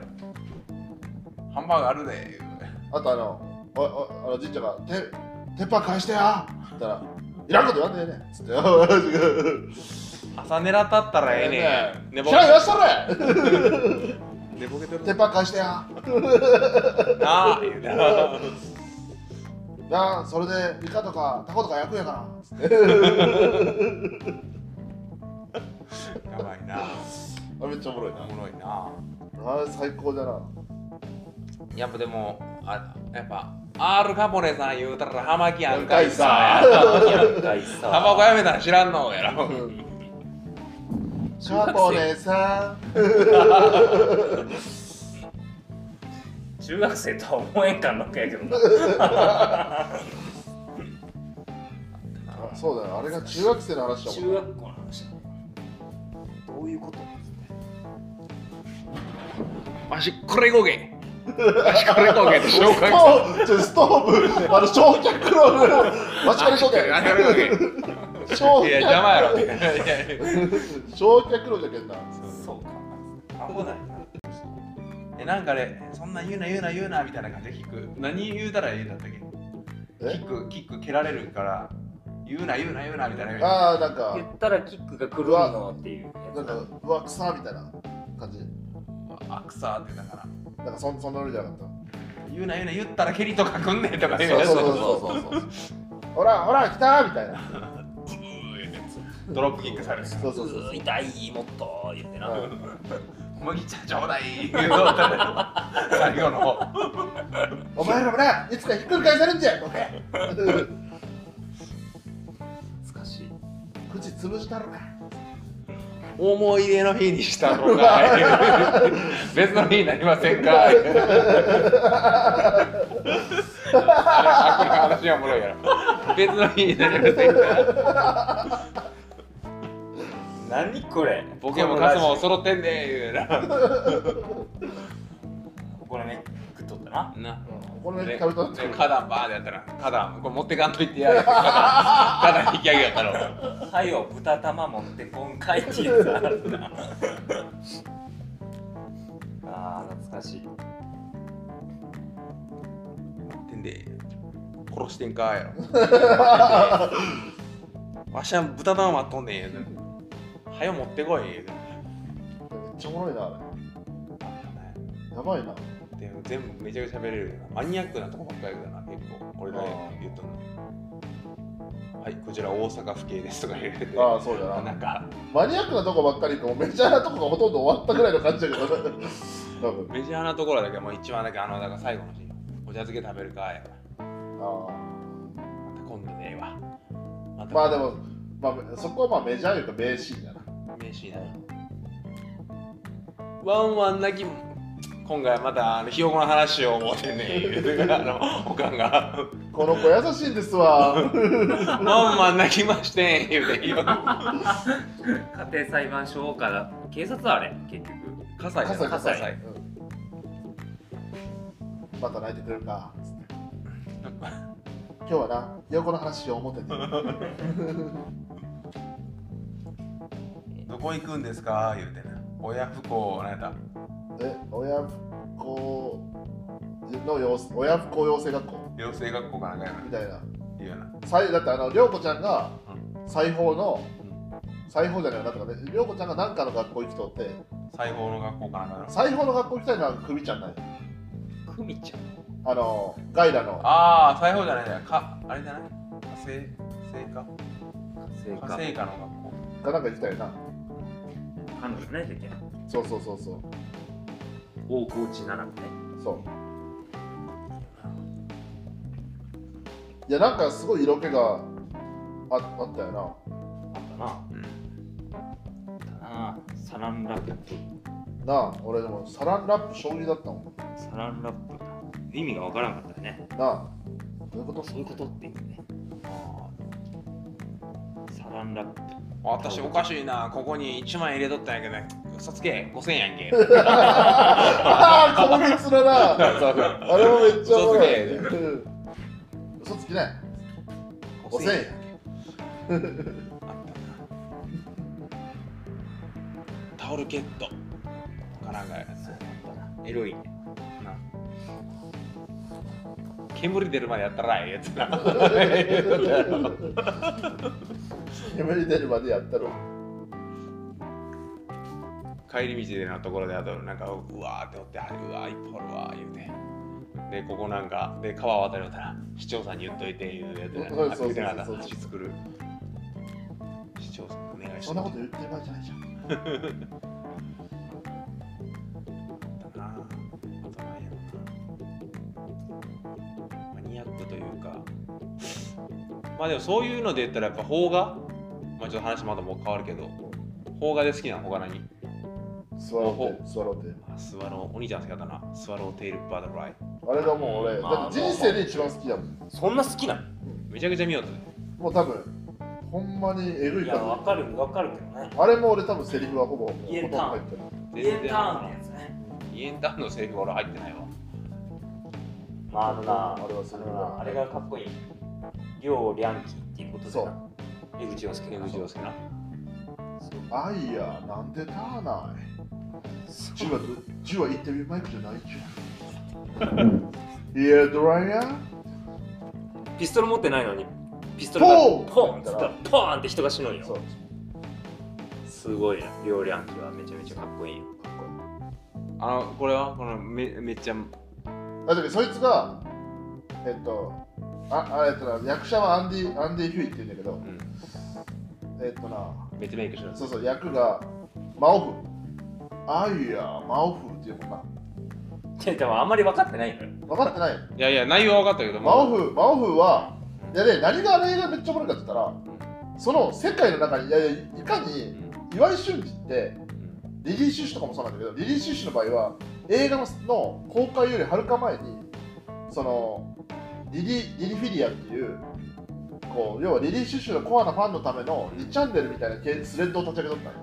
Speaker 1: ハンバーガーあるで。
Speaker 3: あとあのおおあのじいちゃんが「て鉄板返してや」って言ったら「いらんこと言わんでええねん」つって親父が
Speaker 1: 朝狙ったったらええ
Speaker 3: え (laughs)
Speaker 1: ねん。寝
Speaker 3: えねん
Speaker 1: ぼ
Speaker 3: 知らんいらっしゃれ (laughs)
Speaker 1: け寝ぼけてる
Speaker 3: 鉄板返してや
Speaker 1: なあ言う (laughs) てな。
Speaker 3: なあそれでイカとかタコとか焼くんやからつって
Speaker 1: やばいな。
Speaker 3: あめっちゃおもろい
Speaker 1: お
Speaker 3: な
Speaker 1: もろいな。
Speaker 3: あれ最高だな
Speaker 1: やっぱでも、あやっぱ、アールカポネさん言うたらハマキやんかい
Speaker 3: ハ
Speaker 1: さ。 (laughs)
Speaker 4: やっぱりさ
Speaker 1: タバコやめたら知らんのやろ。
Speaker 3: シャーポネさん
Speaker 4: 中学生とは思えんかんのけやけどな
Speaker 3: あそうだよあれが中学生の話だもん
Speaker 4: 中学校の話だねどういうこと
Speaker 1: わしこれ行こうけわしこれ行こうけって紹
Speaker 3: スト
Speaker 1: 介した
Speaker 3: ーブちょストーブあの焼却炉マジかでしょだ
Speaker 1: わし
Speaker 3: よ
Speaker 1: これ行こ
Speaker 3: 焼
Speaker 1: うけいや邪魔やろいやいや
Speaker 3: 焼却炉じゃけんな
Speaker 4: そうか
Speaker 1: 危ないえなんかねそんな言うな言うな言うなみたいな感じで聞く何言うたら言うんだったっけキ
Speaker 3: え
Speaker 1: ックキック蹴られるから言うな言うな言うなみたいな言う
Speaker 3: ああなんか
Speaker 4: 言ったらキックが来るのっていうやつ
Speaker 3: なんかうわ草みたいな感じ
Speaker 1: アクサーってだから
Speaker 3: なんかそんそんなのじゃなかっ
Speaker 1: 言うな言うな言ったら蹴りとかくんねえとか
Speaker 3: た
Speaker 1: 言うやつ
Speaker 3: そうそうそうそうそうほらほら来たみたいな
Speaker 1: ブー言うて
Speaker 2: ドロップキックされて
Speaker 3: そうそうそう
Speaker 4: ー痛いもっと言ってな、
Speaker 3: はい
Speaker 2: 麦茶ちょうだい言うとったら最後の方
Speaker 3: お前らもないつかひっくり返されんじゃんこれ
Speaker 4: 難しい
Speaker 3: 口潰したろか
Speaker 1: 思い出の日にしたの (laughs) かい
Speaker 2: 別の日になりませんかあれ悪意の話はおもろいやろ
Speaker 1: 別の日になりませんか
Speaker 4: 何これ
Speaker 1: ボケもカスも揃ってんで言うな
Speaker 4: ここのね食っとったな
Speaker 1: な
Speaker 3: この辺
Speaker 1: で
Speaker 3: 食べとって
Speaker 1: で花壇バーでやったら花壇これ持ってかんといてやる花壇花壇引き上げやったろ
Speaker 4: はよ豚玉持ってこんかいっていうやつあるな (laughs) あー懐かしい
Speaker 1: てんで殺してんか (laughs) やろわしは豚玉待っとんねん言うてはよ持ってこい言うて
Speaker 3: めっちゃおもろいなあれやばいな
Speaker 1: でも全部めちゃくちゃ喋れるよなマニアックなとこばっかりだな結構俺が言うとんのはいこちら大阪府警ですとか言われて
Speaker 3: ああそうや
Speaker 1: な
Speaker 3: なん
Speaker 1: か
Speaker 3: マニアックなとこばっかりとメジャーなとこがほとんど終わったぐらいの感じだけど多分
Speaker 1: メジャーなところだけどもう一番だけあのだから最後のシーンお茶漬け食べるかやから
Speaker 3: あ
Speaker 1: また今度ねえわま
Speaker 3: あ
Speaker 1: た
Speaker 3: まあでも、まあ、そこはまあメジャーいうか名シーンやな
Speaker 1: 名シーンだなワンワン泣き今回はまたあのひよこの話を思うてんねん言うてあのおかんが
Speaker 3: この子優しいんですわ
Speaker 1: 「ワンワン泣きましてん」言うてひよこ
Speaker 4: 家庭裁判所から警察あれ結局
Speaker 1: 葛西じゃん
Speaker 4: 葛西
Speaker 1: 葛
Speaker 3: うんまた泣いてくれるかつって今日はな横の話を思ってて
Speaker 2: どこ行くんですか言うてな親不幸なんやった
Speaker 3: え親不孝の養成親不孝養成学校
Speaker 2: 養成学校かなんかやな
Speaker 3: みたいな
Speaker 2: 言うよな
Speaker 3: さいだってあの涼子ちゃんが裁縫の裁縫じゃないなんとかね涼子ちゃんが何かの学校行きとって
Speaker 2: 裁縫の学校かなんかやな
Speaker 3: 裁縫の学校行きたいのはクビちゃんなんよ
Speaker 4: クミちゃん
Speaker 3: あのガイラの
Speaker 2: ああ裁縫じゃないんだよかあれじゃない火星成果
Speaker 4: 正
Speaker 2: 火星科の学校
Speaker 3: がなんか行きたいな
Speaker 4: 彼女ねでけ
Speaker 3: そうそうそうそう
Speaker 4: 大河内奈々子ね
Speaker 3: そういやなんかすごい色気がああったよな
Speaker 4: あったな
Speaker 1: うん
Speaker 4: だなサランラップ
Speaker 3: なあ俺でもサランラップ将棋だったもん
Speaker 4: サランラップ意味がわからんかったね
Speaker 3: なあどういうこと
Speaker 4: そういうことって言うねサランラップ
Speaker 1: 私おかしいなここに1万円入れとったんやけどね嘘つけ5000円やんけ (laughs)
Speaker 3: ああ高月だな
Speaker 1: そう
Speaker 3: あれもめっちゃおもろい
Speaker 1: 嘘つ
Speaker 3: うん嘘つきない
Speaker 1: 五
Speaker 3: 5000
Speaker 1: 千
Speaker 3: 円
Speaker 1: 円あったなタオルケットかなんかやつエロいねな煙出るまでやったらええやつ
Speaker 3: (laughs)
Speaker 1: な
Speaker 3: 煙出るまでやったろ
Speaker 1: 帰り道でのところであとなんかうわーっておってあうわーいっぱいおるわー言うてでここなんかで川渡りおったら市長さんに言っといて言うやつ
Speaker 3: そうそうそうそう
Speaker 1: あ言てなかった橋作る市長さんお願いします
Speaker 3: そんなこと言ってる場合じゃないじゃん
Speaker 1: ったなあとなんやろなマニアックというかまあでもそういうので言ったらやっぱ邦画まあちょっと話まだもう変わるけど邦画で好きなの他何
Speaker 3: スワローテスワローテ
Speaker 1: あスワローお兄ちゃん好きだったなスワローテイルバタフライ
Speaker 3: あれがもう俺
Speaker 4: まあ
Speaker 3: だって人生で一番好きだもん
Speaker 4: そんな好きなの
Speaker 1: めちゃくちゃ見よったね
Speaker 3: もう多分ほんまにえぐい
Speaker 4: いやわ
Speaker 3: か
Speaker 4: かるわかるけどね
Speaker 3: らあれも俺多分セリフはほぼほとん
Speaker 4: 言
Speaker 3: ど
Speaker 4: えた
Speaker 3: 入ってない
Speaker 4: イエンターンのやつね
Speaker 1: イエンターンのセリフ俺入ってないわ
Speaker 4: まああのな
Speaker 3: あれはそれは
Speaker 4: あれがかっこいい両リャンキーっていうことで
Speaker 3: そう
Speaker 4: な江口洋介
Speaker 1: 江口洋介な
Speaker 3: あいやなんでターナーへジュはジュは行ってみマイクじゃないじゃんいやドライヤー
Speaker 4: ピストル持ってないのにピストルが
Speaker 3: ポーン
Speaker 4: ポーンっつったらポーンって人が死ぬん
Speaker 3: そう
Speaker 4: よすごいな両リャンキーはめちゃめちゃかっこいいよ
Speaker 1: あのこれはこのめめっちゃ
Speaker 3: だってそいつがえっとああえっとな役者はアンディ・アンディヒュイって言うんだけど、
Speaker 1: ん
Speaker 3: ええっとな
Speaker 1: 別メイクしろ
Speaker 3: そうそう役がマオフあいやマオフっていうもんな
Speaker 4: やでもあんまり分かってないのよ
Speaker 3: 分かってない
Speaker 1: いやいや内容は分かったけど
Speaker 3: マオ
Speaker 1: も
Speaker 3: フマオフはいやで何があれがめっちゃおもろいかって言ったらその世界の中にいやいやいか
Speaker 1: う
Speaker 3: に
Speaker 1: ん
Speaker 3: 岩井俊二ってリリー・シュッシュとかもそうなんだけどリリー・シュッシュの場合は映画のの公開よりはるか前にそのリリリリフィリアっていうこう要はリリー・シュッシュのコアなファンのための2チャンネルみたいな系スレッドを立ち上げとったんよ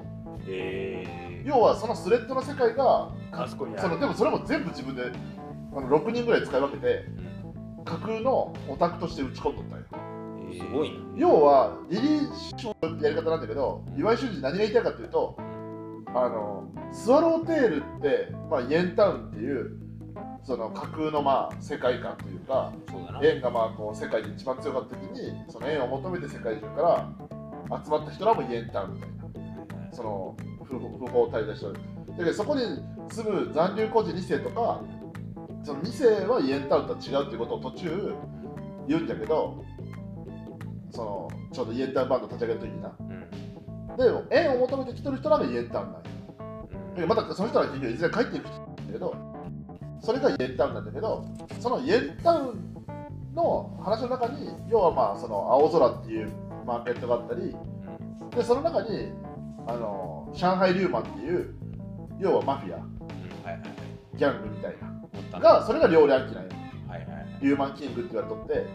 Speaker 1: ええ
Speaker 3: 要はそのスレッドの世界が
Speaker 4: あそこに
Speaker 3: そのでもそれも全部自分であの6人ぐらい使い分けて架空のオタクとして打ち込んどったんよ
Speaker 1: ー
Speaker 4: すごいな
Speaker 3: 要はリリー・シューのやり方なんだけど岩井俊二何が言いたいかというとあのスワローテールって、まあ、イエンタウンっていうその架空のまあ世界観というか
Speaker 4: そうだな
Speaker 3: 円がまあこう世界で一番強かった時にその円を求めて世界中から集まった人らもイエンタウンみたいなその不法不法滞在してるだけどそこに住む残留孤児2世とかその2世はイエンタウンとは違うっていうことを途中言うんだけどそのちょうどイエンタウンバンド立ち上げる時にな
Speaker 1: うん
Speaker 3: でも縁を求めて来てる人らがイエンタウンなんよ
Speaker 1: うん
Speaker 3: だけどまたその人らは結局いずれ帰っていく人なんだけどそれがイエンタウンなんだけどそのイエンタウンの話の中に要はまあその青空っていうマーケットがあったりでその中にあの上海リューマンっていう要はマフィア
Speaker 1: うんはいはいはい
Speaker 3: ギャングみたいな
Speaker 1: 思った
Speaker 3: がそれが両リャンキなんよ
Speaker 1: はいはいはい
Speaker 3: リューマンキングって言われとって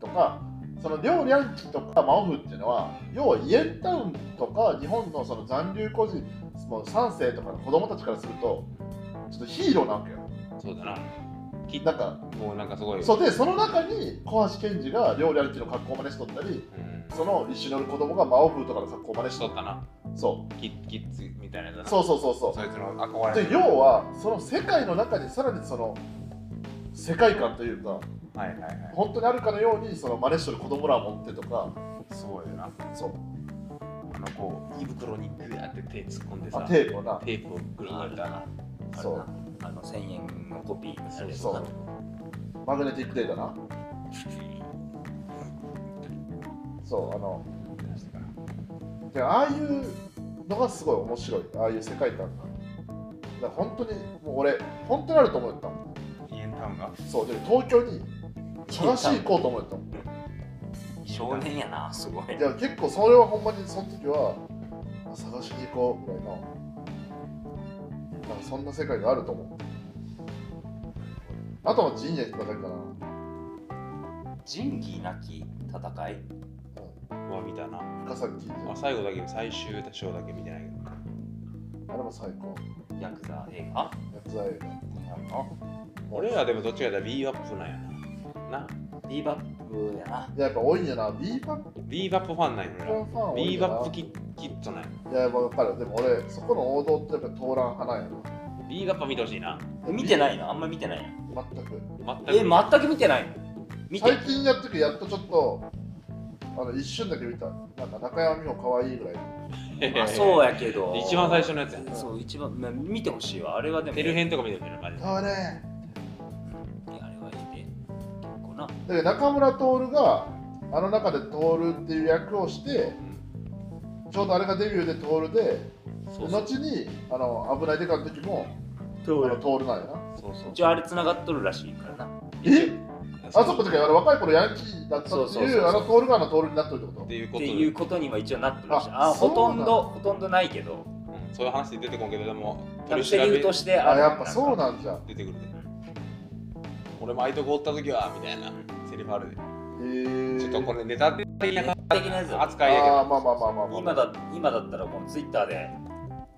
Speaker 3: とかその両リャンキとかマオフっていうのは要はイエンタウンとか日本のその残留孤児もう3世とかの子供たちからするとちょっとヒーローなわけよ
Speaker 1: そうだなき
Speaker 3: なんか
Speaker 1: もうなんかすごい
Speaker 3: そうでその中に小橋賢治が両リャンキの格好を真似しとったり
Speaker 1: うん
Speaker 3: その一緒に乗る子供がマオフとかの格好を真似し
Speaker 1: し
Speaker 3: と
Speaker 1: と
Speaker 3: っ
Speaker 1: ったな
Speaker 3: たそ
Speaker 1: キッキッズみたいなやつだ
Speaker 3: う
Speaker 1: な
Speaker 3: そうそうそうそう
Speaker 1: そいつの憧れ
Speaker 3: で要はその世界の中にさらにその世界観というか
Speaker 1: はいはいはい
Speaker 3: 本当にあるかのようにその真似してる子供らを持ってとか
Speaker 1: すごいよな
Speaker 3: そう
Speaker 1: あのこう胃袋にグワって手突っ込んで
Speaker 3: あ
Speaker 1: さ
Speaker 3: テープをな
Speaker 1: テープをぐるぐるってな
Speaker 4: あれ
Speaker 3: そ
Speaker 4: な
Speaker 3: う
Speaker 4: あの1000円のコピーされる
Speaker 3: そうマグネティックデータなそうあのでああいうのがすごい面白いああいう世界観がだから本当にもう俺本当にあると思ったもん
Speaker 1: イエンタウンが
Speaker 3: そうで東京に探し行こうと思ったもん
Speaker 4: 少年やなすごい
Speaker 3: いや結構それはほんまにその時はあ探しに行こうぐらいのなんかそんな世界があると思うあとは陣営って戦いかな
Speaker 4: 仁義なき戦い
Speaker 1: わ見たな
Speaker 3: 深崎金
Speaker 1: あ
Speaker 3: 城
Speaker 1: 最後だけ最終章だけ見てないけどな
Speaker 3: あれも最高
Speaker 4: ヤクザ映画
Speaker 3: やつら映画
Speaker 1: 俺らでもどっちかだビーバップなんやなな
Speaker 4: ビーバップやない
Speaker 3: ややっぱ多いんやなビーバップ
Speaker 1: ビーバップファンなんや
Speaker 3: ファ
Speaker 1: 俺
Speaker 3: ンは
Speaker 1: ら
Speaker 3: 多い
Speaker 1: ビ
Speaker 3: ん
Speaker 1: ーバ
Speaker 3: やな
Speaker 1: ップキッキットなんや
Speaker 3: いややっぱ分かるでも俺そこの王道ってやっぱ通らん派なんや
Speaker 1: ビーバップ見てほしいな
Speaker 3: な
Speaker 4: 見てないいのあんま見てないの
Speaker 3: 全く
Speaker 1: 全く
Speaker 4: え全く見てないの見て
Speaker 3: 最近やってくやっとちょっとあの一瞬だけ見たなんか中山美穂可愛いぐらい
Speaker 1: え
Speaker 4: あそうやけど
Speaker 1: 一番最初のやつや
Speaker 4: そう一番まあ見てほしいわあれはでも
Speaker 1: テル編とか見てほしいなマジで
Speaker 3: それ
Speaker 4: いやあれはいいね結構な
Speaker 3: だけど中村徹があの中で徹っていう役をしてちょうどあれがデビューで徹で
Speaker 1: そうそう
Speaker 3: 後にあの危ないデカの時もあ
Speaker 4: そ
Speaker 3: の徹なんやな
Speaker 1: そうそう
Speaker 4: 一応あれ繋がっとるらしいからな
Speaker 3: え
Speaker 1: あ
Speaker 3: あそこであの若い頃ヤンキーだったって
Speaker 4: そ
Speaker 3: いう
Speaker 4: うそうそうそう
Speaker 3: あの徹があの徹になってるってこ
Speaker 1: っ
Speaker 3: と
Speaker 1: ていうこ
Speaker 4: っ
Speaker 1: と
Speaker 4: て
Speaker 1: で
Speaker 4: いうことには一応なってるらしいあ
Speaker 3: あそ
Speaker 4: ほ
Speaker 3: う
Speaker 4: と
Speaker 3: なん
Speaker 4: ん
Speaker 3: だ
Speaker 4: どほとんどないけど
Speaker 1: うんそういう話で出てこんけどでも
Speaker 4: 多分セリフとして
Speaker 3: あ
Speaker 4: る
Speaker 3: やっぱそうなんじゃ
Speaker 1: 出てくるで俺もあいとこおった時はみたいなセリフあるで
Speaker 3: えー、
Speaker 1: ちょっとこれネタ的な
Speaker 4: 的なやつだ
Speaker 1: 扱いやけど
Speaker 3: あーまあまあまあまあ、まあ、
Speaker 4: 今だ今だったらこのツイッターで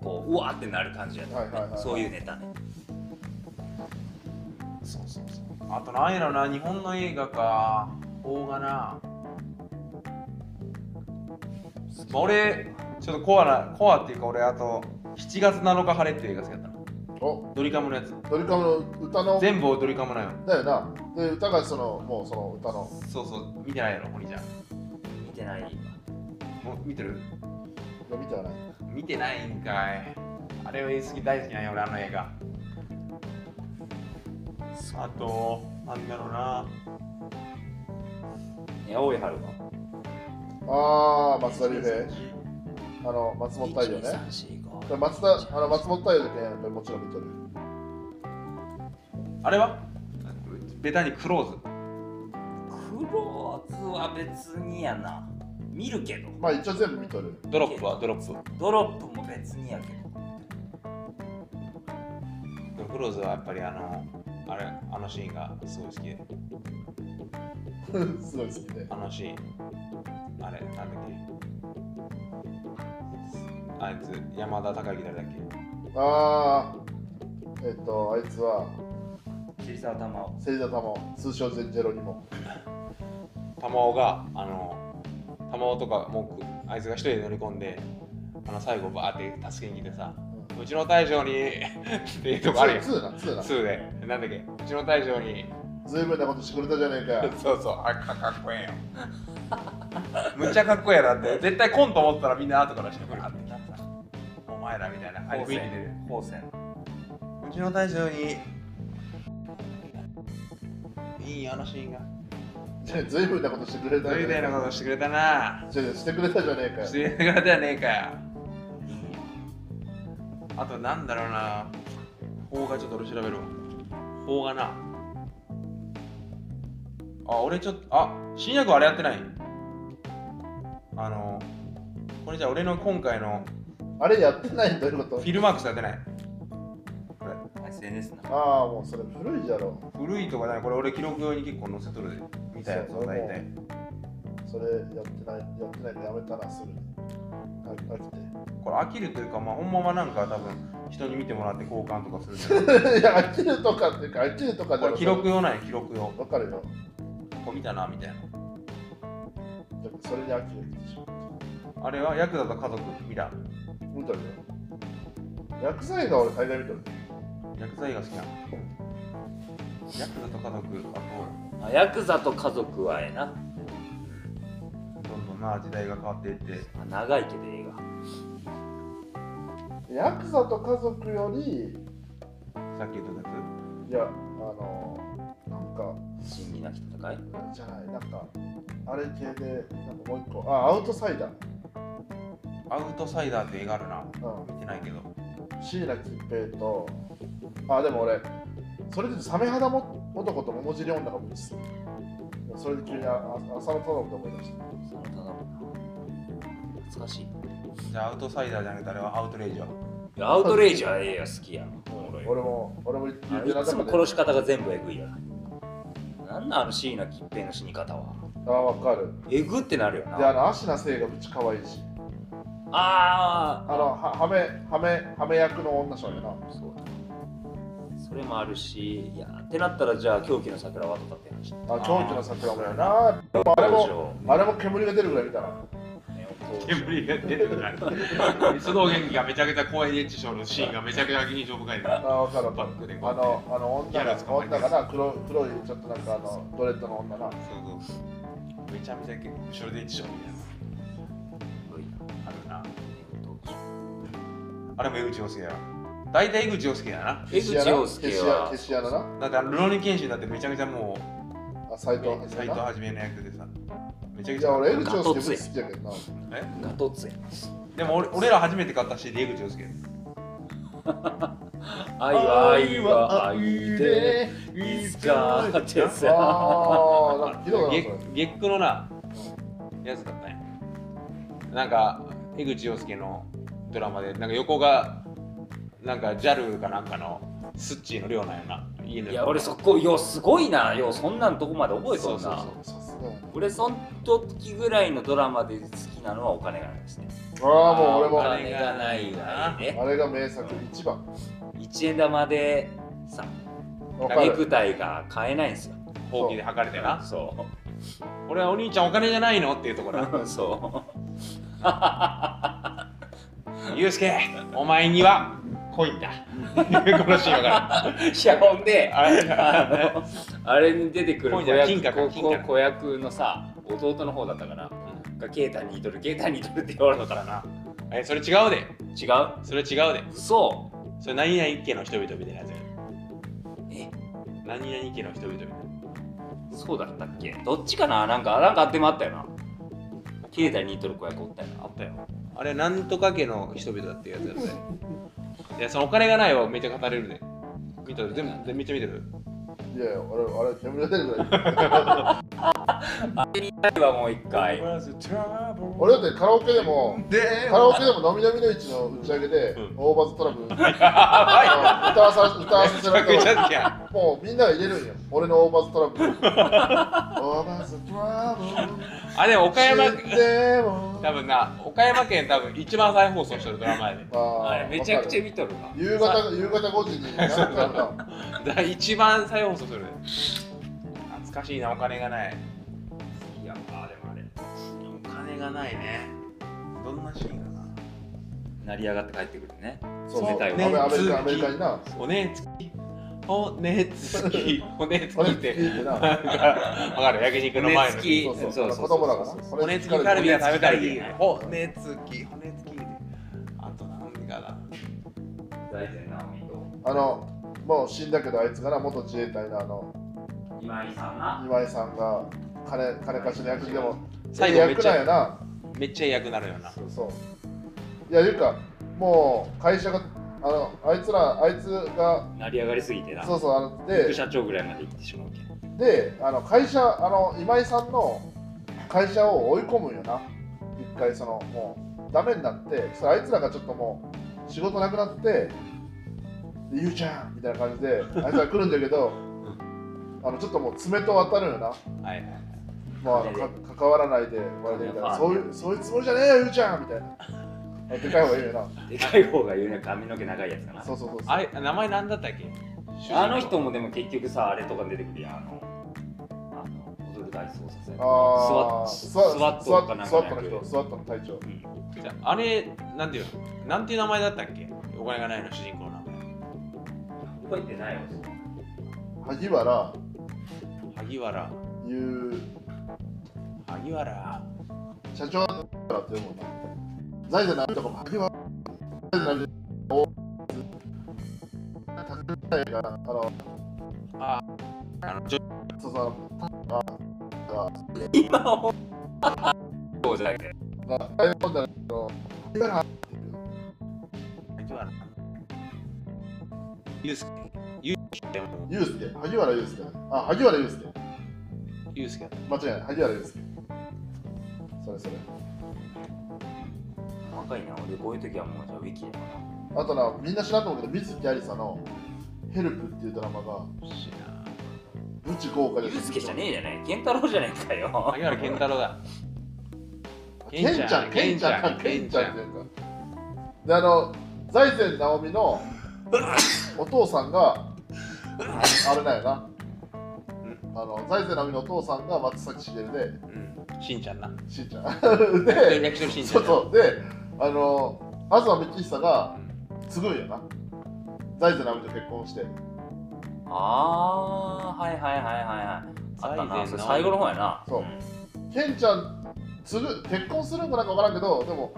Speaker 4: こううわーってなる感じやね、
Speaker 3: はいはいはいはい
Speaker 4: そういうネタね
Speaker 1: そうそうそうあとなんやろな日本の映画か邦画な、まあ、俺ちょっとコアなコアっていうか俺あと7月7日晴れっていう映画好きだったの
Speaker 3: お
Speaker 1: ドリカムのやつ
Speaker 3: ドリカムの歌の
Speaker 1: 全部ドリカムなんよ
Speaker 3: だよなで歌がそのもうその歌の
Speaker 1: そうそう見てないやろお兄ちゃん
Speaker 4: 見てない
Speaker 1: もう見てる
Speaker 3: いや見てはない
Speaker 1: 見てないんかいあれは言い過ぎ大好きなんよ俺あの映画あとなんだろうな
Speaker 4: ね青い春は
Speaker 3: ああ松田龍平
Speaker 1: 平
Speaker 3: あの松本太陽ね
Speaker 4: 1,2,3,4,5
Speaker 3: で松田あの松本太陽だけやっぱりもちろん見とる
Speaker 2: あれはベタにクローズ
Speaker 4: クローズは別にやな見るけど
Speaker 3: まあ一応全部見とる (laughs)
Speaker 1: ドロップはドロップ
Speaker 4: ドロップも別にやけど
Speaker 1: でもクローズはやっぱりあのあれあのシーンがすごい好きです
Speaker 3: ごい好きで
Speaker 1: あのシーンあれなんだっけあいつ山田孝之誰だっけ
Speaker 3: ああえっ、とあいつは
Speaker 4: 桐沢玉を
Speaker 3: 芹沢も通称ゼンジェロにも
Speaker 1: 玉尾があの玉尾とかもうあいつが一人で乗り込んであの最後バーって助けに来てさうちの大将に (laughs) っていうとこあるやん
Speaker 3: ツーなツーな
Speaker 1: 2でなんだっけうちの大将に
Speaker 3: ずいぶんなことしてくれたじゃねえかよ
Speaker 1: そうそう、あかかっこええよ。むっちゃかっこええなって、絶対コント思ったらみんな後からしてくるってきたさ。お前らみたいな雰囲気出てる。
Speaker 4: 高専
Speaker 1: うちの大将に。いいよあのシーンが。
Speaker 3: (laughs) ずいぶんなことしてくれた
Speaker 1: そう
Speaker 3: じ
Speaker 1: い
Speaker 3: ゃ
Speaker 1: うような
Speaker 3: ね
Speaker 1: ことしてくれたな。
Speaker 3: えかよしてくれたじゃねえかよ
Speaker 1: してくれたじゃねえかよ。あとなんだろうな。邦画ちょっと俺調べるわ。邦画な。あ、俺ちょっと、あ、新薬あれやってないあの、これじゃあ俺の今回の
Speaker 3: あれやってないどういうこ
Speaker 1: フ
Speaker 3: と
Speaker 1: ィルマークスやってない。これ
Speaker 4: SNS な
Speaker 3: ああもうそれ古いじゃろ
Speaker 1: 古いとかない、これ俺記録用に結構載せとるで、みたいなやつ
Speaker 3: そう
Speaker 1: を
Speaker 3: そう
Speaker 1: 大体。
Speaker 3: それやってないやってないでやめたなすぐにあ飽
Speaker 1: これ飽きるというか、まあ、ほんまはなんか多分人に見てもらって交換とかするじゃない
Speaker 3: きて (laughs) いや飽きるとかっていうか飽きるとかじ
Speaker 1: こ
Speaker 3: ゃ
Speaker 1: れ
Speaker 3: な
Speaker 1: 記録用なんや、記録用。
Speaker 3: わかるよ
Speaker 1: こう見たな、みたいな。
Speaker 3: でもそれに飽きるでしょ
Speaker 1: あれはヤクザと家族見た。
Speaker 3: 見とるよ薬剤が俺大概見とる
Speaker 1: 薬剤が好きなの。ヤクザと家族、あ
Speaker 4: あヤクザと家族はええな
Speaker 1: と、どんどんな時代が変わっていって、
Speaker 4: あ長いけど映画
Speaker 3: ヤクザと家族より
Speaker 1: さっき言ったや
Speaker 3: いやあのなんか
Speaker 4: 真理なき戦い
Speaker 3: あれじゃないなんかあれ系でなんかもう一個あアウトサイダ
Speaker 1: つ、
Speaker 3: ー
Speaker 1: アウトサイダーって映画あるな。
Speaker 3: う
Speaker 1: 見てないけど。
Speaker 3: ん椎名桔平とあでも俺それでサメ肌も男と桃尻女が無理するそれで急にああ浅野忠信と思い出した
Speaker 4: そのただ懐かしいい
Speaker 1: じゃあアウトサイダーじゃなくてあれはアウトレイジは。
Speaker 4: やアウトレイジはええや好きやんおもろい
Speaker 3: 俺も俺も言って
Speaker 4: あ
Speaker 3: る
Speaker 4: いつ
Speaker 3: 中
Speaker 4: も
Speaker 3: で
Speaker 4: 殺し方が全部えぐいよななんなんあの椎名桔平の死に方は
Speaker 3: あわかる
Speaker 4: えぐってなるよ
Speaker 3: で
Speaker 4: な
Speaker 3: あの芦名聖がうち可愛いし
Speaker 4: あ
Speaker 3: あ
Speaker 4: ー
Speaker 3: のははめはめはめ役の女将やな
Speaker 4: そうだそれもあるしいやってなったらじゃあ狂気の桜はとかって話
Speaker 3: あ狂気の桜もやなあれもあれも煙が出るぐらい見たな
Speaker 1: 煙が出るから。 (laughs) 須藤元気がめちゃくちゃ公演演出ショーのシーンがめちゃくちゃ印象深い
Speaker 3: あ
Speaker 1: な。
Speaker 3: わかるわか
Speaker 1: バ
Speaker 3: る
Speaker 1: ックでこう
Speaker 3: あのあの
Speaker 1: や
Speaker 3: 女が
Speaker 1: るやつか
Speaker 3: 女がな黒黒いちょっとなんかあのドレッドの女な
Speaker 1: そうそう。めちゃめちゃ結構後ろで演出ショーみたいな。あるな。あれも江口洋介やな。大体江口洋介やな。
Speaker 4: 江口洋
Speaker 3: 消
Speaker 4: 介
Speaker 3: し屋
Speaker 4: は
Speaker 3: 消し屋のな
Speaker 1: だってあのルロニケンシンだってめちゃめちゃもう
Speaker 3: あ斎藤
Speaker 1: 斎藤はじめの役でさ。めちゃく
Speaker 3: い
Speaker 1: ち
Speaker 3: や
Speaker 1: ゃ。
Speaker 3: 俺江口洋介も好きやけどな
Speaker 1: え
Speaker 4: ガトツや
Speaker 1: でも俺俺ら初めて買った CD 江口洋介。
Speaker 4: 愛は愛は愛でいつかです
Speaker 3: あーなんかひどい
Speaker 1: ゲ
Speaker 3: なそれ
Speaker 1: ゲックのな、やつだったね。なんか、江口洋介のドラマで、なんか横が、なんか JAL かなんかのスッチーの量なんやな。家の
Speaker 4: いや俺そこよすごいなよそんなんとこまで覚えと
Speaker 1: そ
Speaker 4: ん
Speaker 1: うそう
Speaker 4: な
Speaker 1: そう。
Speaker 3: さすがや
Speaker 4: 俺そん時ぐらいのドラマで好きなのはお金がないですね
Speaker 3: なああもう俺
Speaker 4: お
Speaker 3: も
Speaker 1: あ
Speaker 3: あ
Speaker 4: 金がないわね
Speaker 3: れが名作一番
Speaker 4: 一円玉でさ
Speaker 3: わか
Speaker 4: ネ
Speaker 3: る
Speaker 4: クタイが買えないんですよ
Speaker 1: ほうきで履かれてな。
Speaker 4: そ
Speaker 1: 俺はお兄ちゃんお金じゃないのっていうところだ。
Speaker 4: う (laughs) そう
Speaker 1: 祐介、お前にはコインだ。 (laughs) このシーンわか
Speaker 4: いやほんで
Speaker 1: る。あれ
Speaker 4: あのあれに出てくる
Speaker 1: 今
Speaker 4: 子
Speaker 1: 夜は金貨
Speaker 4: 役
Speaker 1: か
Speaker 4: こ
Speaker 1: 金貨
Speaker 4: こ
Speaker 1: か
Speaker 4: 子役のさ弟の方だったかながケータに似とるケータに似とるって言われたからな
Speaker 1: え、それ違うで。
Speaker 4: 違う
Speaker 1: それ違うで。
Speaker 4: 嘘
Speaker 1: それ何々家の人々みたいなやつや。
Speaker 4: え
Speaker 1: 何々家の人々みたいな。
Speaker 4: そうだったっけどっちかななんかなんかあってもあったよな切れたり似とる子やこったよな
Speaker 1: あったよあれなんとか家の人々だっていうやつやでいやそのお金がないわめっちゃ語れるね見た全部めっちゃ見てる
Speaker 3: いやいや、あれ、あれ、煙が出るぐらい。
Speaker 4: 今もう一回
Speaker 3: 俺だってカラオケでも、
Speaker 2: で
Speaker 3: カラオケでも、のみのみの市の打ち上げで、
Speaker 1: うん
Speaker 3: オーバーズトラブル、あの歌わさ、歌わさせら
Speaker 1: め
Speaker 3: れ
Speaker 1: ち
Speaker 3: た
Speaker 1: ゃくちゃ
Speaker 3: ら、もうみんなが入れるんよ。俺のオーバーズトラブル。オーバーズトラブル。
Speaker 1: あでも岡山
Speaker 3: 死んでも
Speaker 1: 多分な岡山県多分一番再放送してるドラマやで
Speaker 3: あー
Speaker 4: あれめちゃくちゃ
Speaker 3: わかる
Speaker 4: 見とるな
Speaker 3: 夕方夕方5時になんかなんか
Speaker 1: だから一番再放送するね懐かしいなお金がないいやあでもあれお金がないねどんなシーンかな
Speaker 4: 成り上がって帰ってくるね
Speaker 3: そう
Speaker 4: 冷たいわ
Speaker 3: アメアメリカアメリカにな
Speaker 1: おねえつきおねえつきおねえつき
Speaker 3: 俺
Speaker 1: っ
Speaker 3: って
Speaker 1: て
Speaker 3: 聞いて
Speaker 1: なん (laughs)
Speaker 3: な
Speaker 1: かわかる焼肉の前の
Speaker 4: 骨付き
Speaker 3: そうそ
Speaker 4: そう
Speaker 3: う
Speaker 4: そうそう
Speaker 3: 子供だから
Speaker 1: おねつきカルビが食べたい骨付き骨付きであと何かな
Speaker 4: 大前直美と
Speaker 3: あのもう死んだけどあいつがな元自衛隊のあの
Speaker 4: 今井さんな
Speaker 3: 岩井さんが金金貸しの役でも
Speaker 1: 最後めっ
Speaker 3: 役
Speaker 1: ち
Speaker 3: なん
Speaker 1: ゃ
Speaker 3: やな
Speaker 1: めっちゃいい役なるよな
Speaker 3: そうそういやいうかもう会社があのあいつらあいつが
Speaker 4: 成り上がりすぎてな
Speaker 3: そうそうあの
Speaker 4: 副
Speaker 3: で
Speaker 4: 社長ぐらいまで行ってしまうけん
Speaker 3: であの会社あの今井さんの会社を追い込むんよな一回そのもうダメになってそれあいつらがちょっともう仕事なくなってでゆうちゃんみたいな感じであいつら来るんだけ
Speaker 1: (laughs)
Speaker 3: どあのちょっともう爪と渡るんよな、
Speaker 1: はいはい
Speaker 3: まあ、あのか関わらないで言われてみたいなそういうそういうつもりじゃねえよゆうちゃんみたいなあでかい方がいいよな
Speaker 4: でかい方が言うね髪の毛長いやつ (laughs) かな
Speaker 3: そうそうそうそう
Speaker 1: あれ名前なんだったっけ
Speaker 4: あの人もでも結局さあれとか出てくるやんあのあの踊る大捜査線
Speaker 3: あー
Speaker 4: ス
Speaker 3: ス
Speaker 4: ワ
Speaker 3: ワ
Speaker 4: ッ
Speaker 3: ッ
Speaker 4: スワットかなん
Speaker 3: ス
Speaker 4: か
Speaker 3: ワ
Speaker 4: の
Speaker 3: ットの
Speaker 4: 役
Speaker 3: 人スワットの隊長
Speaker 1: じゃああれなんていうのなんていう名前だったっけお金がないの主人公の名
Speaker 4: 覚えてないよ
Speaker 3: 萩原
Speaker 1: 前萩原
Speaker 3: 優
Speaker 1: 萩原
Speaker 3: 社長だからって思うな。財政なんとかも萩原財政なんとかも、お
Speaker 1: あのちょ
Speaker 3: 高橋が、あの、そうそう、あ
Speaker 4: そうじゃなくて
Speaker 3: が、が、大変だけど、萩原
Speaker 1: 萩原ゆうすけゆうすけ
Speaker 3: 祐介、萩原祐介。あ、萩原祐介。
Speaker 1: ゆうすけ
Speaker 3: 間違いない、萩原祐介。それそれ。
Speaker 4: 若いな俺こういう時はもうじゃあウィキだか
Speaker 3: あとな、みんな知らんと思うけど、水木有沙の、ヘルプっていうドラマが、
Speaker 1: しな
Speaker 3: ぶち豪華
Speaker 4: ら
Speaker 3: で
Speaker 4: ゆう
Speaker 3: す。
Speaker 4: すけじゃねえじゃない健太郎じゃねえかよ
Speaker 1: 萩原健太郎だ
Speaker 3: ケンちゃん、ケンちゃんか、ケ
Speaker 1: ケ
Speaker 3: ン
Speaker 1: ン
Speaker 3: ち
Speaker 1: ち
Speaker 3: ゃ
Speaker 1: ゃ
Speaker 3: ん
Speaker 1: ん
Speaker 3: っていうか。で、あの、財前直美のお父さんが、あれだよな。あの財前直美のお父さんが松崎しげるで、
Speaker 1: うんしんちゃんな
Speaker 3: しんちゃん。 (laughs) で、
Speaker 1: 焼き鳥しんち
Speaker 3: そ
Speaker 1: ゃ
Speaker 3: うんそう、で、あの、東幹久が継ぐんやな。財前直美と結婚して。
Speaker 4: ああはいはいはいはいはいあったなそれ最後の方やな
Speaker 3: そうんケンちゃん、継ぐ、結婚するんかなんか分からんけど、でも、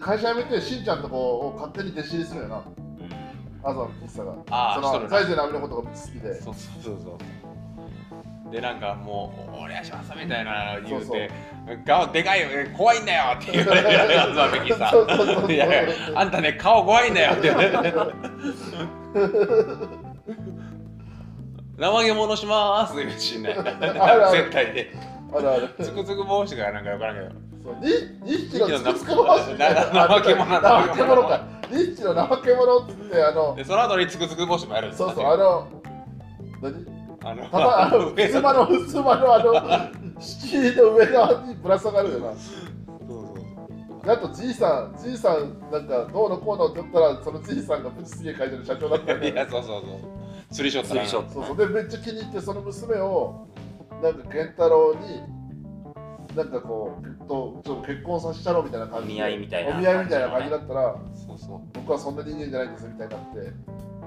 Speaker 3: 会社辞めてしんちゃんとこを勝手に弟子入りするんやな。
Speaker 4: うん
Speaker 3: 東幹久が。
Speaker 1: あ
Speaker 3: そ
Speaker 1: あしと
Speaker 3: の
Speaker 1: る
Speaker 3: 財
Speaker 1: な
Speaker 3: 前直美のことが好きで。
Speaker 1: そうそうそうそうでなんかもう「お願いします」みたいな言う
Speaker 3: そう
Speaker 1: て「顔でかいよえ怖いんだよ」って言われてやつはミキさ
Speaker 3: そうそうそうそうん
Speaker 1: いやいやあんたね顔怖いんだよ」って言われて生毛戻しまーす」言うしね
Speaker 3: る
Speaker 1: 絶対で
Speaker 3: あるある。
Speaker 1: つくつく帽子がなんか分からんけど
Speaker 3: そう、に、ニッチのつくつく帽子みたいな。
Speaker 1: なな怠け者
Speaker 3: な怠け者か。ニッチの怠け者っつって、あの、
Speaker 1: でその後につくつく帽子もやるんです
Speaker 3: そうそう、あの、何
Speaker 1: あの
Speaker 3: たま、あ
Speaker 1: (laughs)
Speaker 3: の、ふすまの、ふすまの、あの、敷居の上側にぶら下がるよな。
Speaker 1: そうそう
Speaker 3: あと、じいさん、じいさん、なんか、どうのこうのって言ったら、そのじいさんがぶちすげえ会社の社長だったんだ
Speaker 1: い
Speaker 3: よね
Speaker 1: や、そうそうそう。釣りショット
Speaker 4: 釣
Speaker 1: だな。
Speaker 4: りショット
Speaker 3: そう
Speaker 4: な
Speaker 3: そう、で、めっちゃ気に入って、その娘を、なんか、健太郎に、なんかこう、とちょっと結婚させちゃろうみたいな感じで。
Speaker 4: お見合いみたいな
Speaker 3: お見合いみたいな感じだったら、
Speaker 1: そうそ
Speaker 3: 僕はそんな人間じゃないんですみたいになって
Speaker 1: う。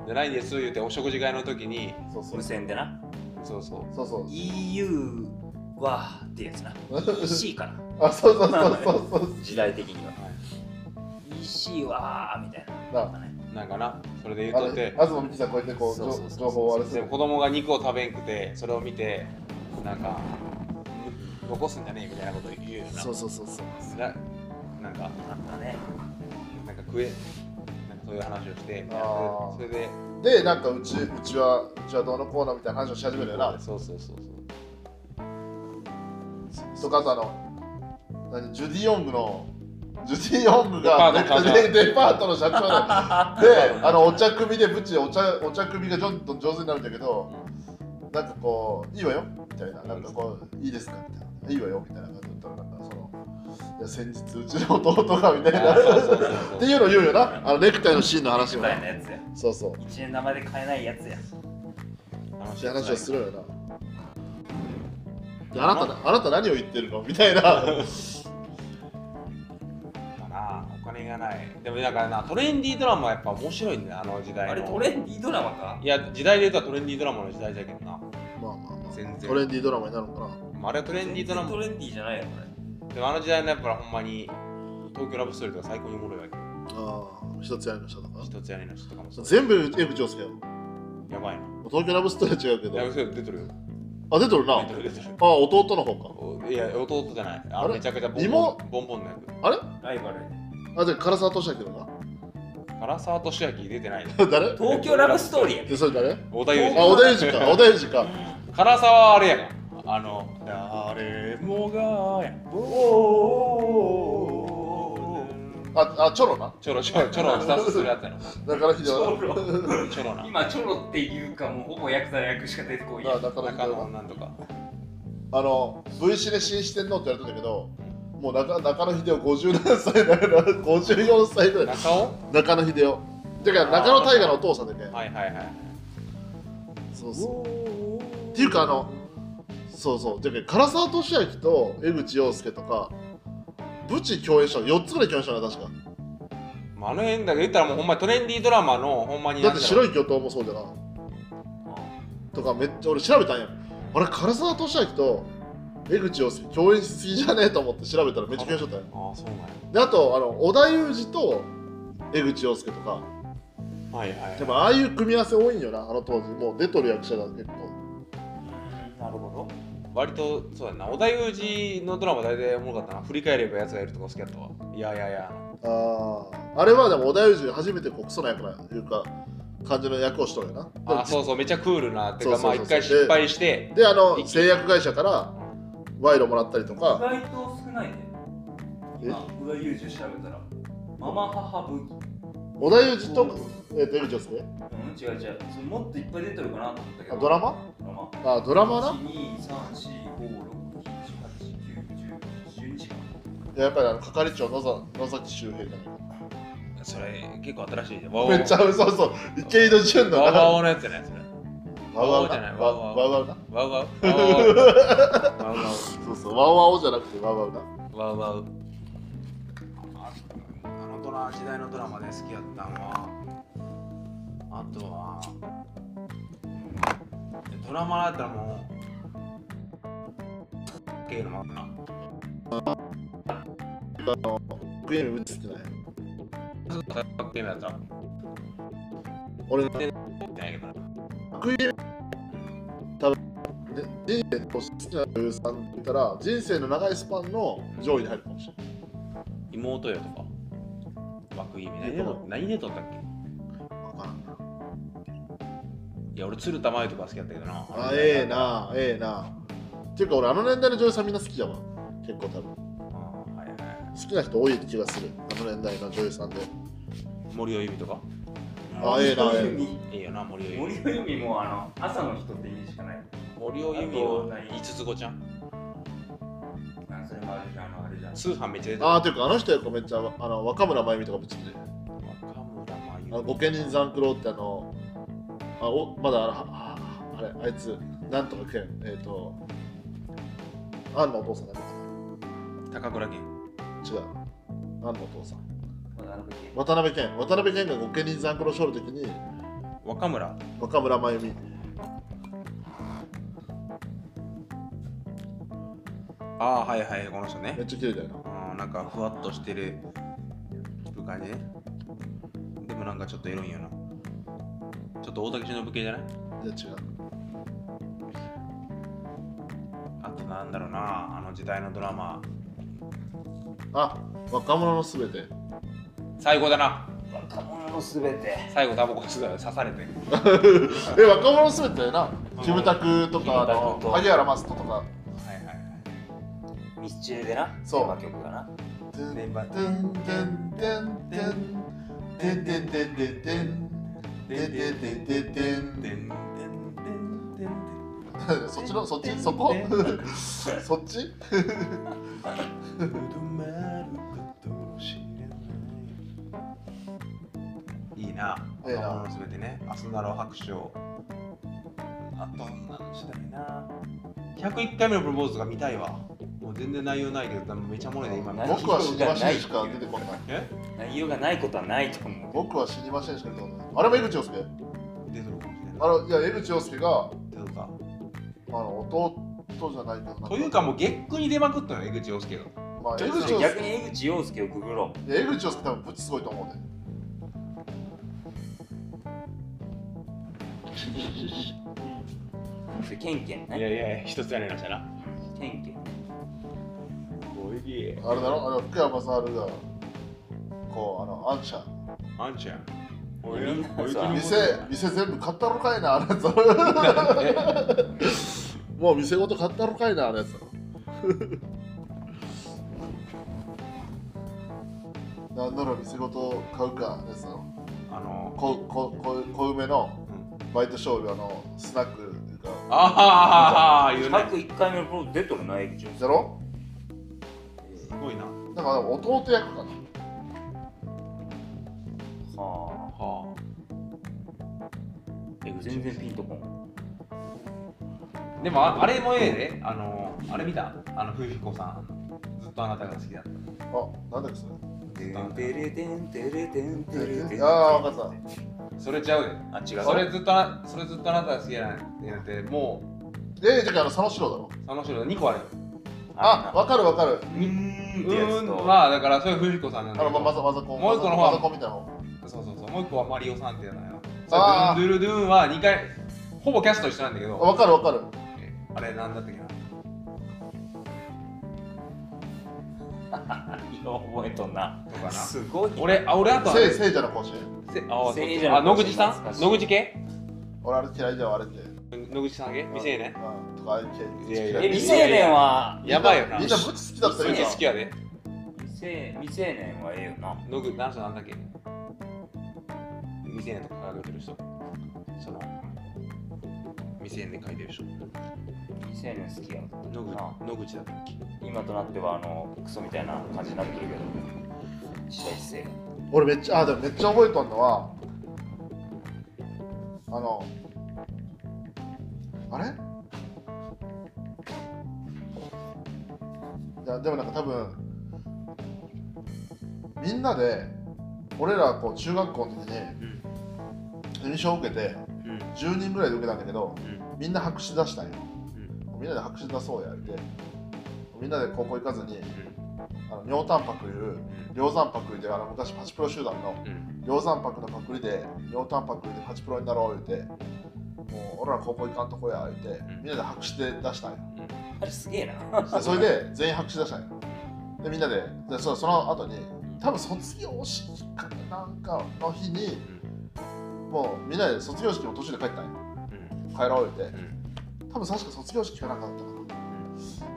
Speaker 1: で、ないんです言うて、お食事会の時に、
Speaker 3: そうそう
Speaker 4: 無線でな
Speaker 1: そうそう。
Speaker 3: そうそう
Speaker 4: EU はってやつな EC かな
Speaker 3: あそうそうそうそうそう
Speaker 4: 時代的には
Speaker 1: は
Speaker 4: EC はみたいな
Speaker 3: な
Speaker 1: ななんかな、それで言う
Speaker 3: あ
Speaker 1: とって、
Speaker 3: の東美樹さんこうやってこうじ
Speaker 4: そうそう
Speaker 3: ょ
Speaker 4: そう
Speaker 3: 情報をあれす
Speaker 1: で
Speaker 3: る
Speaker 1: も子供が肉を食べんくて、それを見て、なんか、残すんじゃねえみたいなこと言うよな
Speaker 3: そうそうそうそう
Speaker 1: ななんか
Speaker 4: あったね
Speaker 1: なんか食えなんかそういう話をして
Speaker 3: あー
Speaker 1: それで
Speaker 3: でなんかうちうちはうちはどうのこうのみたいな話をし始めるよな
Speaker 1: そうそう
Speaker 3: (laughs)
Speaker 1: そうそう
Speaker 3: とかさあの何ジュディ・ヨングのジュディ・ヨングが
Speaker 1: デパートの社
Speaker 3: でデパートの社長だよであのお茶組でブチお茶お茶組がどんどん上手になるんだけどなんかこう「いいわよ」みたいな「なんかこういいですか」みたいな「いいわよ」みたいな感じだったらなんかその「いや先日うちの弟が」みたい
Speaker 1: あーそうそ
Speaker 3: な
Speaker 1: うそう
Speaker 3: っ
Speaker 1: そ
Speaker 3: て
Speaker 1: う
Speaker 3: いうの言うよなあのネクタイのシーンの話
Speaker 4: 初
Speaker 3: を
Speaker 4: 代のやつや
Speaker 3: そうそう
Speaker 4: 1円玉で買えないやつや
Speaker 3: って話をす
Speaker 1: る
Speaker 3: るよな。であなた、あなた何を言ってるのみた
Speaker 1: (laughs)
Speaker 3: いな。
Speaker 1: かなお金がないでもだからなトレンディードラマはやっぱ面白いんだよあの時代の
Speaker 4: あれトレンディードラマか
Speaker 1: いや時代で言うとトレンディードラマの時代だけどな
Speaker 3: まあまあま
Speaker 1: 全
Speaker 3: あ、
Speaker 1: 然
Speaker 3: トレンディードラマになるのかな。
Speaker 1: あれはトレンディードラ
Speaker 4: 全然ト
Speaker 1: マ
Speaker 4: レンディーじゃないよこれ
Speaker 1: でもあの時代のやっぱほんまに東京ラブストーリーとか最高におもろいわけ
Speaker 3: ああ、一つやりましたとか。
Speaker 1: 一つ屋根の人とかもそう
Speaker 3: 全部 F 丈介よ。
Speaker 1: やばいな
Speaker 3: 東京ラブストーリーは違うけ
Speaker 1: ラブ
Speaker 3: ど。
Speaker 1: ストーリー出てるよ
Speaker 3: あ、出てるな。あ
Speaker 1: 出、てる出てる
Speaker 3: 弟の方か。
Speaker 1: おいや弟じゃないあ
Speaker 3: あれ
Speaker 1: めちゃくちゃボンボ
Speaker 3: 妹
Speaker 1: ンボンボンのや
Speaker 3: あれ
Speaker 4: ライバル
Speaker 3: あ、じゃあ唐沢俊明の
Speaker 1: つ唐沢俊明出てない
Speaker 3: か。 (laughs) 誰
Speaker 4: 東京ラブストーリーや
Speaker 3: で、それ誰あ、
Speaker 1: 小田裕二
Speaker 3: 小田裕二か。小田裕二か。
Speaker 1: 唐沢はあれやんあの誰もがや
Speaker 3: あ、あチョロな。
Speaker 1: ちょろちょろちょろスタッフするやつやろ
Speaker 3: 中野秀
Speaker 4: チョロ
Speaker 3: 夫
Speaker 1: ちょろな
Speaker 4: 今チョロっていうかもうほぼヤクザの役しか出てこいや
Speaker 3: な。な中野秀
Speaker 1: 中
Speaker 3: 夫
Speaker 1: 野なんとか
Speaker 3: あの V シネ新四天王って言われたんだけどもう中中野秀夫50何歳だから54歳ぐらい
Speaker 1: 中尾
Speaker 3: 中野秀夫だから中野大河のお父さんでね
Speaker 1: はいはいはい
Speaker 3: そうそうっていうかあのそうそうだから唐沢俊明と江口洋介とかブチ共演したの4つぐらい共演したの確か
Speaker 1: まああの辺だけど言ったらもうほんまにトレンディードラマのほんまに
Speaker 3: だって白
Speaker 1: い
Speaker 3: い巨頭もそうじゃなとかめっちゃ俺調べたんやあれ唐沢俊明と江口洋介共演しすぎじゃねえと思って調べたらめっちゃ共演しとったんよ
Speaker 1: ああそうなんや
Speaker 3: であとあの織田裕二と江口洋介とか
Speaker 1: はいはい
Speaker 3: でもああいう組み合わせ多いんよなあの当時もう出とる役者だ結構
Speaker 4: なるほ
Speaker 1: 割とそうやな織田裕二のドラマ大体おもろかったな振り返ればやつがいるとか好きやったわいやいやいや
Speaker 3: あーあれはでも織田裕二が初めてこうクソな役ないうか感じの役をしとるよなでも
Speaker 1: あそうそうめっちゃクールなて
Speaker 3: そ
Speaker 1: か
Speaker 3: うそう
Speaker 1: まあ
Speaker 3: そう
Speaker 1: 一回失敗して
Speaker 3: であの製薬会社から賄賂もらったりと
Speaker 4: ど。意
Speaker 3: か
Speaker 4: 外と少ないね。
Speaker 3: え
Speaker 4: 今、宇田裕二調べたら。ママ母武器。
Speaker 3: 織田裕二と,、えーと江口洋介
Speaker 4: うん、違う違う。それもっといっぱい出てるかなと思ったけ
Speaker 3: あ
Speaker 4: ど。
Speaker 3: ドラマ
Speaker 4: ドラマ
Speaker 3: あドラマな
Speaker 4: ?1、2、3、4、5、6、7、8、9、10、11時間。
Speaker 3: いややっぱりあの係長野崎野崎周平じゃないか
Speaker 1: それ結構新しいねわお
Speaker 3: めっちゃそうそう池井戸潤の
Speaker 1: わ
Speaker 3: な
Speaker 1: わおのやつじゃないそれ
Speaker 3: ワウワウ
Speaker 1: じゃ
Speaker 3: な
Speaker 1: ない
Speaker 3: ワ
Speaker 1: ワウワウ
Speaker 3: ウワウワウ
Speaker 1: わ
Speaker 3: な
Speaker 1: わわわ
Speaker 3: (laughs)
Speaker 1: わわ
Speaker 3: そうそうワウワウじゃなくてワウワウな
Speaker 1: わわわあのドラ時代のドラマで好きやったんはあとはドラマだったらもう系のもあったな
Speaker 3: クエム映ってな
Speaker 1: ゲー
Speaker 3: い
Speaker 1: ムだったら
Speaker 3: 俺
Speaker 1: 見てないけどな
Speaker 3: 悪意多分ね人生と好きな女優さんって言ったら人生の長いスパンの上位に入るかもしれない
Speaker 1: 妹よとか枠意味何で撮何で撮ったっけ
Speaker 3: 分からんない
Speaker 1: や俺鶴田真由とか好きやったけどな
Speaker 3: あええなええなっていうか俺あの年代の女優さんみんな好きだわ結構多分好
Speaker 1: あーはいは
Speaker 3: きな人多い気がするあの年代の女優さんで
Speaker 1: い森尾由美とか
Speaker 3: あええなええ
Speaker 4: 森尾由
Speaker 1: いいよな森尾
Speaker 4: 美
Speaker 1: 由美
Speaker 4: 森尾由美もあの、朝の人って意味しかない。
Speaker 1: 森尾由美
Speaker 4: あと
Speaker 1: を
Speaker 4: 何
Speaker 1: 五つ子ちゃん
Speaker 4: あそれもあるじゃん、あの、あれじゃん。
Speaker 1: 通販めっちゃ出てる
Speaker 3: ああていうかあの人やっぱめっちゃあの若村真由美とかぶっちゃってあ
Speaker 1: 若村真由
Speaker 3: の御家人残九郎ってあのあおまだあのははあれあいつなんとかけんえっ、とアンのお父さんだから
Speaker 1: 高倉健
Speaker 3: 違うアンのお父さん
Speaker 4: まだあの時
Speaker 3: 渡辺謙渡辺謙が御家人残酷の勝利の時に
Speaker 1: 若村
Speaker 3: 若村真由美
Speaker 1: ああはいはいこの人ね
Speaker 3: めっちゃ綺麗だよな
Speaker 1: うんなんかふわっとしてる感じねでもなんかちょっとエロいよなちょっと大竹しのぶ系じゃない
Speaker 3: いや違う
Speaker 1: あとななんだろうなあの時代のドラマ
Speaker 3: あ若者のすべて
Speaker 1: 最後だな
Speaker 4: 若者のすべて。
Speaker 1: 最後タバコ吸うから刺されて
Speaker 3: え若者のすべてなキムタクとかあ
Speaker 4: キムタ
Speaker 3: の
Speaker 4: クと
Speaker 3: 萩原雅人とか
Speaker 1: はいはい
Speaker 4: ミスチルでな、
Speaker 3: そう
Speaker 4: テーマ曲がな。
Speaker 3: 「てんて
Speaker 1: メ
Speaker 3: ん
Speaker 1: ンバー
Speaker 3: てんてんてんてんてんてんてんてんてんてんてんてんてんてん」そっちのそっちそこ (laughs) そっち
Speaker 1: いいな
Speaker 3: ええな
Speaker 1: 若者のすべてね明日なら白書あと何したいな101回目のプロポーズが見たいわもう全然内容ないけどめちゃおもろいね今
Speaker 4: 何
Speaker 3: 僕は死にませんしか出てこない
Speaker 1: え
Speaker 4: 内容がないことはないと思う。
Speaker 3: 僕は死にませんしか出てこないあれも江口洋介
Speaker 1: 出てるかもしれない
Speaker 3: あのいや江口洋介が
Speaker 1: というか
Speaker 3: あの弟じゃないけどなん
Speaker 1: というかもう月9に出まくったの江口洋介が
Speaker 3: まあ、江口
Speaker 4: ちょっと
Speaker 3: 洋
Speaker 4: 逆に
Speaker 3: 介
Speaker 4: 江口洋介をググろ
Speaker 3: いや江口洋介多分ぶちすごいと思うね
Speaker 4: う。ケンケン
Speaker 5: い
Speaker 4: ね。
Speaker 5: やいや一つやりましたな
Speaker 4: ケンケン。
Speaker 5: おいで
Speaker 3: あれだろあの福山雅治がこうあのアンシャ
Speaker 5: あんちゃん
Speaker 4: みんなさ
Speaker 3: 店店全部買ったろかいなあれやつだろもう店ごと買ったろかいなあれやつだろ (laughs) なんなら店ごと買うかあれやつだろ
Speaker 1: あの
Speaker 3: こここ小梅の
Speaker 1: うん
Speaker 3: バイト商業のスナックが
Speaker 1: ああ言うね
Speaker 4: 101回目のプロ出てるな、江口洋介。
Speaker 3: だろ
Speaker 1: すごいなは
Speaker 3: だから弟役かな
Speaker 4: は
Speaker 1: あ
Speaker 4: あ。全然ピンとこん。
Speaker 1: でもああれもええで、あのあれ見たあの、ふひこさん、ずっとあなたが好きだった。
Speaker 3: あなんだっけそれ
Speaker 4: てんてれてんてれてんてれてんてれてん。
Speaker 3: ああ分かっ
Speaker 1: それちゃうよ。
Speaker 4: あ、違う。
Speaker 1: それずっとあ、それずっとあなたが好きだなって言って、も
Speaker 3: たええじゃああの佐野史郎だろ
Speaker 1: う、その人が2個あるよ。
Speaker 3: あ、わかるわかる。
Speaker 1: うー
Speaker 4: んってやつと
Speaker 1: んは、だからそれふひこさんなん
Speaker 3: あ
Speaker 1: だ
Speaker 3: の、
Speaker 1: け
Speaker 3: ま、
Speaker 1: ど。
Speaker 3: まざまざこ
Speaker 1: もう一個の方
Speaker 3: まざこみたいなの。
Speaker 1: そうそうそう、もう1個はマリオさんっていうのよ。
Speaker 3: あ
Speaker 1: そ
Speaker 3: ー
Speaker 1: れドゥルドゥルドゥンは2回、ほぼキャスト一緒なんだけど、
Speaker 3: わかるわかる。
Speaker 1: あれなんだったっけな。
Speaker 4: 覚えとんな。
Speaker 1: とかな。
Speaker 4: すごい。
Speaker 1: 俺、あ、俺あとはね、
Speaker 3: せい、聖者の講師。
Speaker 1: せあそっち
Speaker 4: 聖者の
Speaker 1: あ、野口さ
Speaker 4: 懐かし
Speaker 1: ん
Speaker 4: い
Speaker 1: 野口系
Speaker 3: 俺あれ嫌いじゃん、あれって。
Speaker 1: 野口さん系未成年
Speaker 3: うんとか、あれ
Speaker 5: いやいや
Speaker 3: 嫌
Speaker 4: え、
Speaker 3: い。
Speaker 4: 未成年は。
Speaker 5: やばいよな
Speaker 3: みんなみんなブチ好きだった
Speaker 5: 好
Speaker 3: よ
Speaker 5: き好き
Speaker 3: な。
Speaker 5: やで
Speaker 4: 未成未成年はええよな。
Speaker 5: 野口何歳なんだっけ未成年とか書いてる人その未成年で書いてる人
Speaker 4: 未成年好きやった
Speaker 5: 野
Speaker 4: な。
Speaker 5: 口野口だったっけ
Speaker 4: 今となってはあのクソみたいな感じになってくるけど。時代性。
Speaker 3: 俺めっちゃ、あ、でもめっちゃ覚えとんのは、あの、あれいや、でもなんか多分、みんなで、俺らこう中学校の時に、
Speaker 5: うん
Speaker 3: 認証を受けて、
Speaker 5: うん
Speaker 3: 10人ぐらいで受けたんだけど、
Speaker 5: う
Speaker 3: みんな白紙出したんよ、みんなで白紙出そうやってみんなで高校行かずに、あの尿タンパクいう量産パクであの昔パチプロ集団の
Speaker 5: うん
Speaker 3: 量産パクのパクリで尿タンパクでパチプロになろう言うてもう俺ら高校行かんとこや言うて
Speaker 5: ん
Speaker 3: みんなで白紙で出したんよ
Speaker 4: あれすげえな。
Speaker 3: でそれで全員白紙出したんよでみんなででそその後に多分卒業式かなんかの日にもうみんなで卒業式も途中で帰ったんよ帰ろう言うて多分確か卒業式かなんかだっ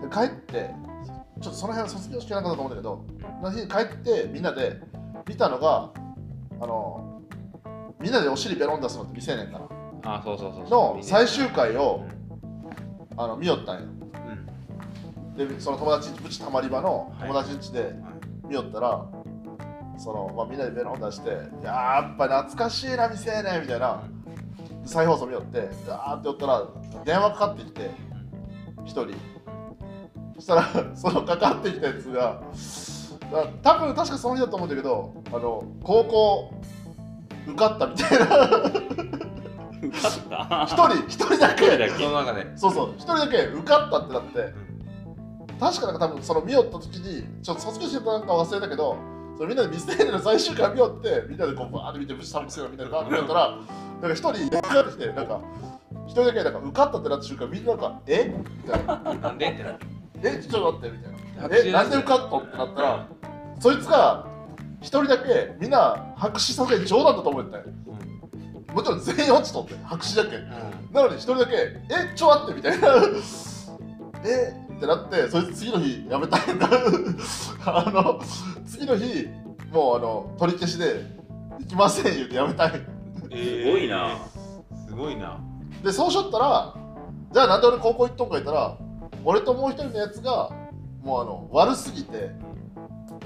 Speaker 3: たかなで帰ってちょっとその辺は卒業式かなんかだと思うんだけどその日に帰ってみんなで見たのがあのみんなでお尻ベロン出すのって未成年から
Speaker 5: あそうそうそうそう
Speaker 3: の最終回をあの見よったんよでその友達んちブチたまり場の友達んちで見よったら、その、まあ、みんなでベロン出してやっぱ懐かしいな未成年みたいな再放送見よってガーって寄ったら電話かかってきて一人そしたら (laughs) そのかかってきたやつがだ多分確かその人だと思うんだけどあの高校受かったみたいな
Speaker 4: 受かった。
Speaker 3: 一人一人だけ
Speaker 4: だ
Speaker 5: (laughs) その中で
Speaker 3: そうそう一人だけ受かったってなって確かなんか多分その見よった時にちょっと卒業してたなんか忘れたけどそれみんなでミステリーの最終回見よってみんなでこうバーって見てブチタバコ吸うのみんなでバーって見よったらなんか一人やってきてなんか一人だけなんか受かったってなった瞬間みんななんか「えみたいな
Speaker 1: なんでってなって
Speaker 3: 「えちょっと待って」みたいな「
Speaker 1: 拍手
Speaker 3: えなんで受かった?」ってなったらそいつが一人だけみんな白紙させに冗談だと思ってたよもちろん全員落ちとって白紙だけなのに一人だけ「えちょっと待って」みたいな (laughs) 「えってなってそいつ次の日やめたいんだ (laughs) あの次の日もうあの取り消しで「行きません」言うてやめたい
Speaker 4: すごいな。
Speaker 2: すごいな
Speaker 3: でそうしよったらじゃあなんで俺高校行っとんか言ったら俺ともう一人のやつがもうあの悪すぎて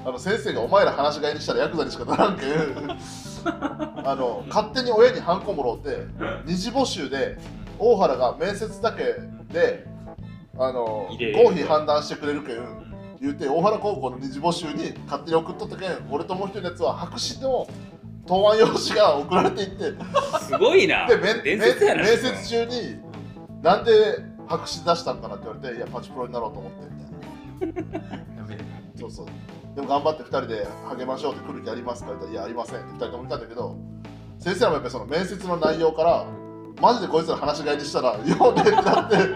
Speaker 3: あの先生がお前ら話し飼いにしたらヤクザにしかならんけん (laughs) あの勝手に親にハンコもろうて二次募集で大原が面接だけであの
Speaker 4: 入れ
Speaker 3: 合否判断してくれるけん言うて大原高校の二次募集に勝手に送っとったけん俺ともう一人のやつは白紙の答案用紙が送られていって
Speaker 4: すごいな。
Speaker 3: で面
Speaker 4: 伝
Speaker 3: 面
Speaker 4: 説やな。
Speaker 3: 面接中になんで白紙出したんかなって言われていやパチプロになろうと思ってみたいなそうそうでも頑張って2人で励ましようって来る気ありますかって言ったらいやありませんって2人とも言ったんだけど先生らもやっぱりその面接の内容からマジでこいつら話し合いにしたら (laughs) 読んでってなってで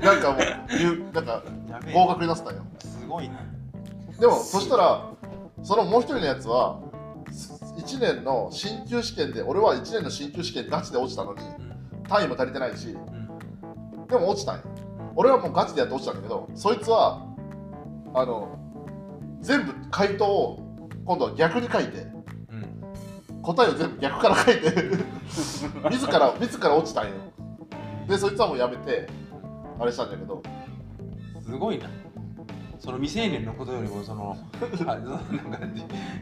Speaker 3: なんかもう言うなんか
Speaker 2: やべえ
Speaker 3: 合格になってたんよ
Speaker 2: すごいな
Speaker 3: でもそしたらそのもう一人のやつは1年の進級試験で俺は1年の進級試験ガチで落ちたのに単位も足りてないしでも落ちたんよ俺はもうガチでやって落ちたんだけどそいつはあの全部回答を今度は逆に書いて
Speaker 2: うん
Speaker 3: 答えを全部逆から
Speaker 2: (laughs)
Speaker 3: 書いて自ら自ら落ちたんよでそいつはもうやめてあれしたんだけど
Speaker 2: すごいなその未成年のことよりもその (laughs) あそんな感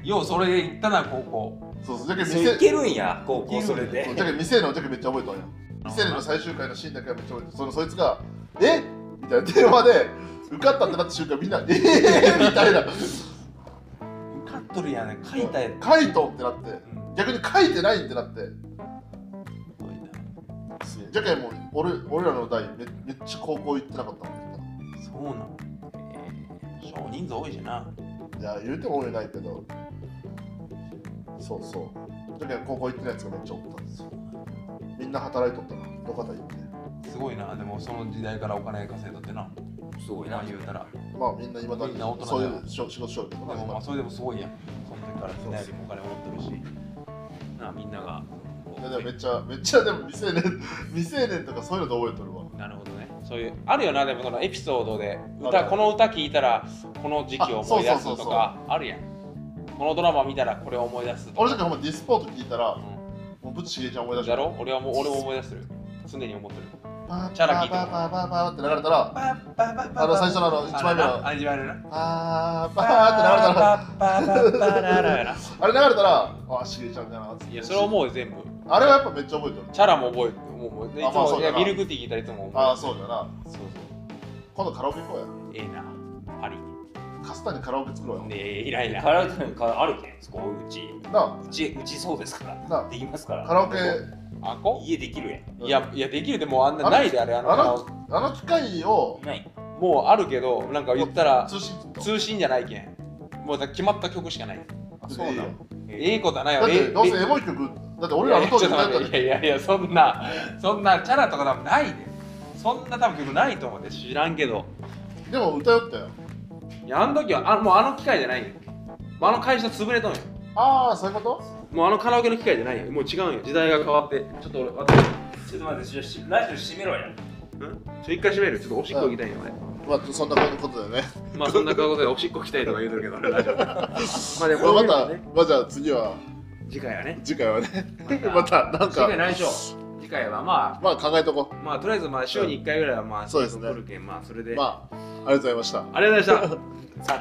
Speaker 2: じようそれで行ったな高校
Speaker 3: そうそうじゃけん
Speaker 4: そ
Speaker 3: 未
Speaker 4: うい
Speaker 3: 成
Speaker 4: けるんや、高校それ
Speaker 3: そう
Speaker 4: で
Speaker 3: じ。ゃけん未成年の時めっちゃ覚えたんよ未成年の最終回のシーンだけはめっちゃ覚えてるそのそいつが「えみたいな電話で受かったってなった瞬間みんな「えみたいな
Speaker 2: 受かっとるやね書いたやつ
Speaker 3: 「書いと」ってなって
Speaker 2: うん
Speaker 3: 逆に書いてないってなって
Speaker 2: すごいな
Speaker 3: じゃけんもう俺俺らの代めめっちゃ高校行ってなかったも
Speaker 2: そうなの少人数多いしな。
Speaker 3: んいや言うても俺ないけどそうそうじゃけん高校行ってないやつがめっちゃおったんですよみんな働いとったなどかた行って
Speaker 2: すごいな。でもその時代からお金稼いとってな。
Speaker 4: すごい
Speaker 2: 今
Speaker 4: な。
Speaker 2: 言うたら。で
Speaker 3: まあみんな今だ
Speaker 2: みんな大
Speaker 3: に
Speaker 2: 人
Speaker 3: そう
Speaker 2: だ
Speaker 3: い
Speaker 2: よ
Speaker 3: う仕事しよるけどな
Speaker 2: もまあ
Speaker 3: 今
Speaker 2: それでもすごいやん。その時から時代でもお金持ってるし。なあみんなが。こう
Speaker 3: いやでもめっちゃめっちゃでも未成年 (laughs) 未成年とかそういうので覚えとるわ
Speaker 2: なるほどね。
Speaker 1: そういうあるよなでもそのエピソードで
Speaker 3: あ
Speaker 1: 歌
Speaker 3: る
Speaker 1: この歌聞いたらこの時期を思い出
Speaker 3: あそうそ
Speaker 1: すと
Speaker 3: うそうそう
Speaker 1: かあるやんこのドラマ見たらこれを思い出すと
Speaker 3: 俺だ
Speaker 1: か
Speaker 3: けほんまディスポート聞いたらも
Speaker 1: う
Speaker 3: うぶっちげえちゃん思い出
Speaker 1: ん
Speaker 3: し
Speaker 1: だ
Speaker 3: て
Speaker 1: ろ俺はもう俺も思い出してる常に思ってる
Speaker 3: パー
Speaker 1: チャラ聞いても
Speaker 3: パーパーパーパーって流れたら
Speaker 2: あ
Speaker 3: あの最初のあの一枚目の
Speaker 2: あ、一枚目の。
Speaker 3: パーパ
Speaker 2: パ
Speaker 3: ーって流れたら
Speaker 2: ーって流れたら。
Speaker 3: あれ流れたら、あ、しげちゃんだなって。
Speaker 1: いやそれはもう全部
Speaker 3: あれはやっぱめっちゃ覚えてる。
Speaker 1: チャラも覚えてもうもうでい
Speaker 3: あ
Speaker 1: つ
Speaker 3: まあ
Speaker 1: も
Speaker 3: そう
Speaker 1: い
Speaker 3: だ
Speaker 1: や
Speaker 3: な
Speaker 1: ミルクティー聞いたらいつも思う
Speaker 3: ああ、そうだな。
Speaker 1: そうそう
Speaker 3: 今度カラオケ行こう
Speaker 1: ええなパリ
Speaker 3: や。カスタにカラオケ作ろうよ。
Speaker 1: ねえいらい
Speaker 4: カ
Speaker 1: ら
Speaker 4: ラオケからあるけん、そこうち。
Speaker 3: な
Speaker 4: うち、うちそうですから。
Speaker 3: あ、な
Speaker 4: できますか
Speaker 3: あ、
Speaker 4: ら。
Speaker 3: カラオケ、
Speaker 1: あこ
Speaker 4: 家できるやん。
Speaker 1: いやいやできるでもうあんな
Speaker 3: あれ
Speaker 1: ないであれあの
Speaker 3: あれ
Speaker 1: カラオケ
Speaker 3: あの機械を
Speaker 4: ない。
Speaker 1: もうあるけどなんか言ったら
Speaker 3: 通信機と。
Speaker 1: 通信じゃないけんもうだ決まった曲しかない
Speaker 3: あ
Speaker 4: そうなの
Speaker 3: いいよ
Speaker 1: ええことはない
Speaker 3: だ
Speaker 1: よ
Speaker 3: っ
Speaker 1: え
Speaker 3: て、
Speaker 1: え
Speaker 3: どうせエモい曲、だって俺らの当時歌った
Speaker 1: いやいやいやそんなそんなチャラとか多分ないでそんな多分曲ないと思うで知らんけど
Speaker 3: でも歌よったよ。
Speaker 1: いやあの時はあもうあの機械じゃないよもうあの会社潰れたんよ
Speaker 3: ああ、そういうこと
Speaker 1: もうあのカラオケの機械じゃないよもう違うんよ時代が変わってちょっと俺私
Speaker 4: ちょっと待って、しラジオ閉めろや。
Speaker 1: ちょ一回閉めるちょっとおしっこ行きたいよね
Speaker 3: まあ、そんなことだよね。
Speaker 1: まあそんなことでおしっこ行きたいとか言うとるけ
Speaker 3: (laughs)
Speaker 1: ど俺ラジオまあでも
Speaker 3: まあま
Speaker 1: こ
Speaker 3: た
Speaker 1: ういうのね、
Speaker 3: まあじゃあ次は、
Speaker 1: 次回はね
Speaker 3: 次回はね、 (laughs) ま
Speaker 1: ま
Speaker 3: た、なん
Speaker 1: 次回
Speaker 3: か、
Speaker 1: 来週次回はま
Speaker 3: まあ考えとこ
Speaker 1: あまあとりあえずまあ週に1回ぐらいはまあ
Speaker 3: そうですね
Speaker 1: 来るけんまあそれ
Speaker 3: う。
Speaker 1: で、
Speaker 3: まあ、ありがとうございました。 (laughs)
Speaker 1: ありがとうございました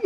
Speaker 4: 雑。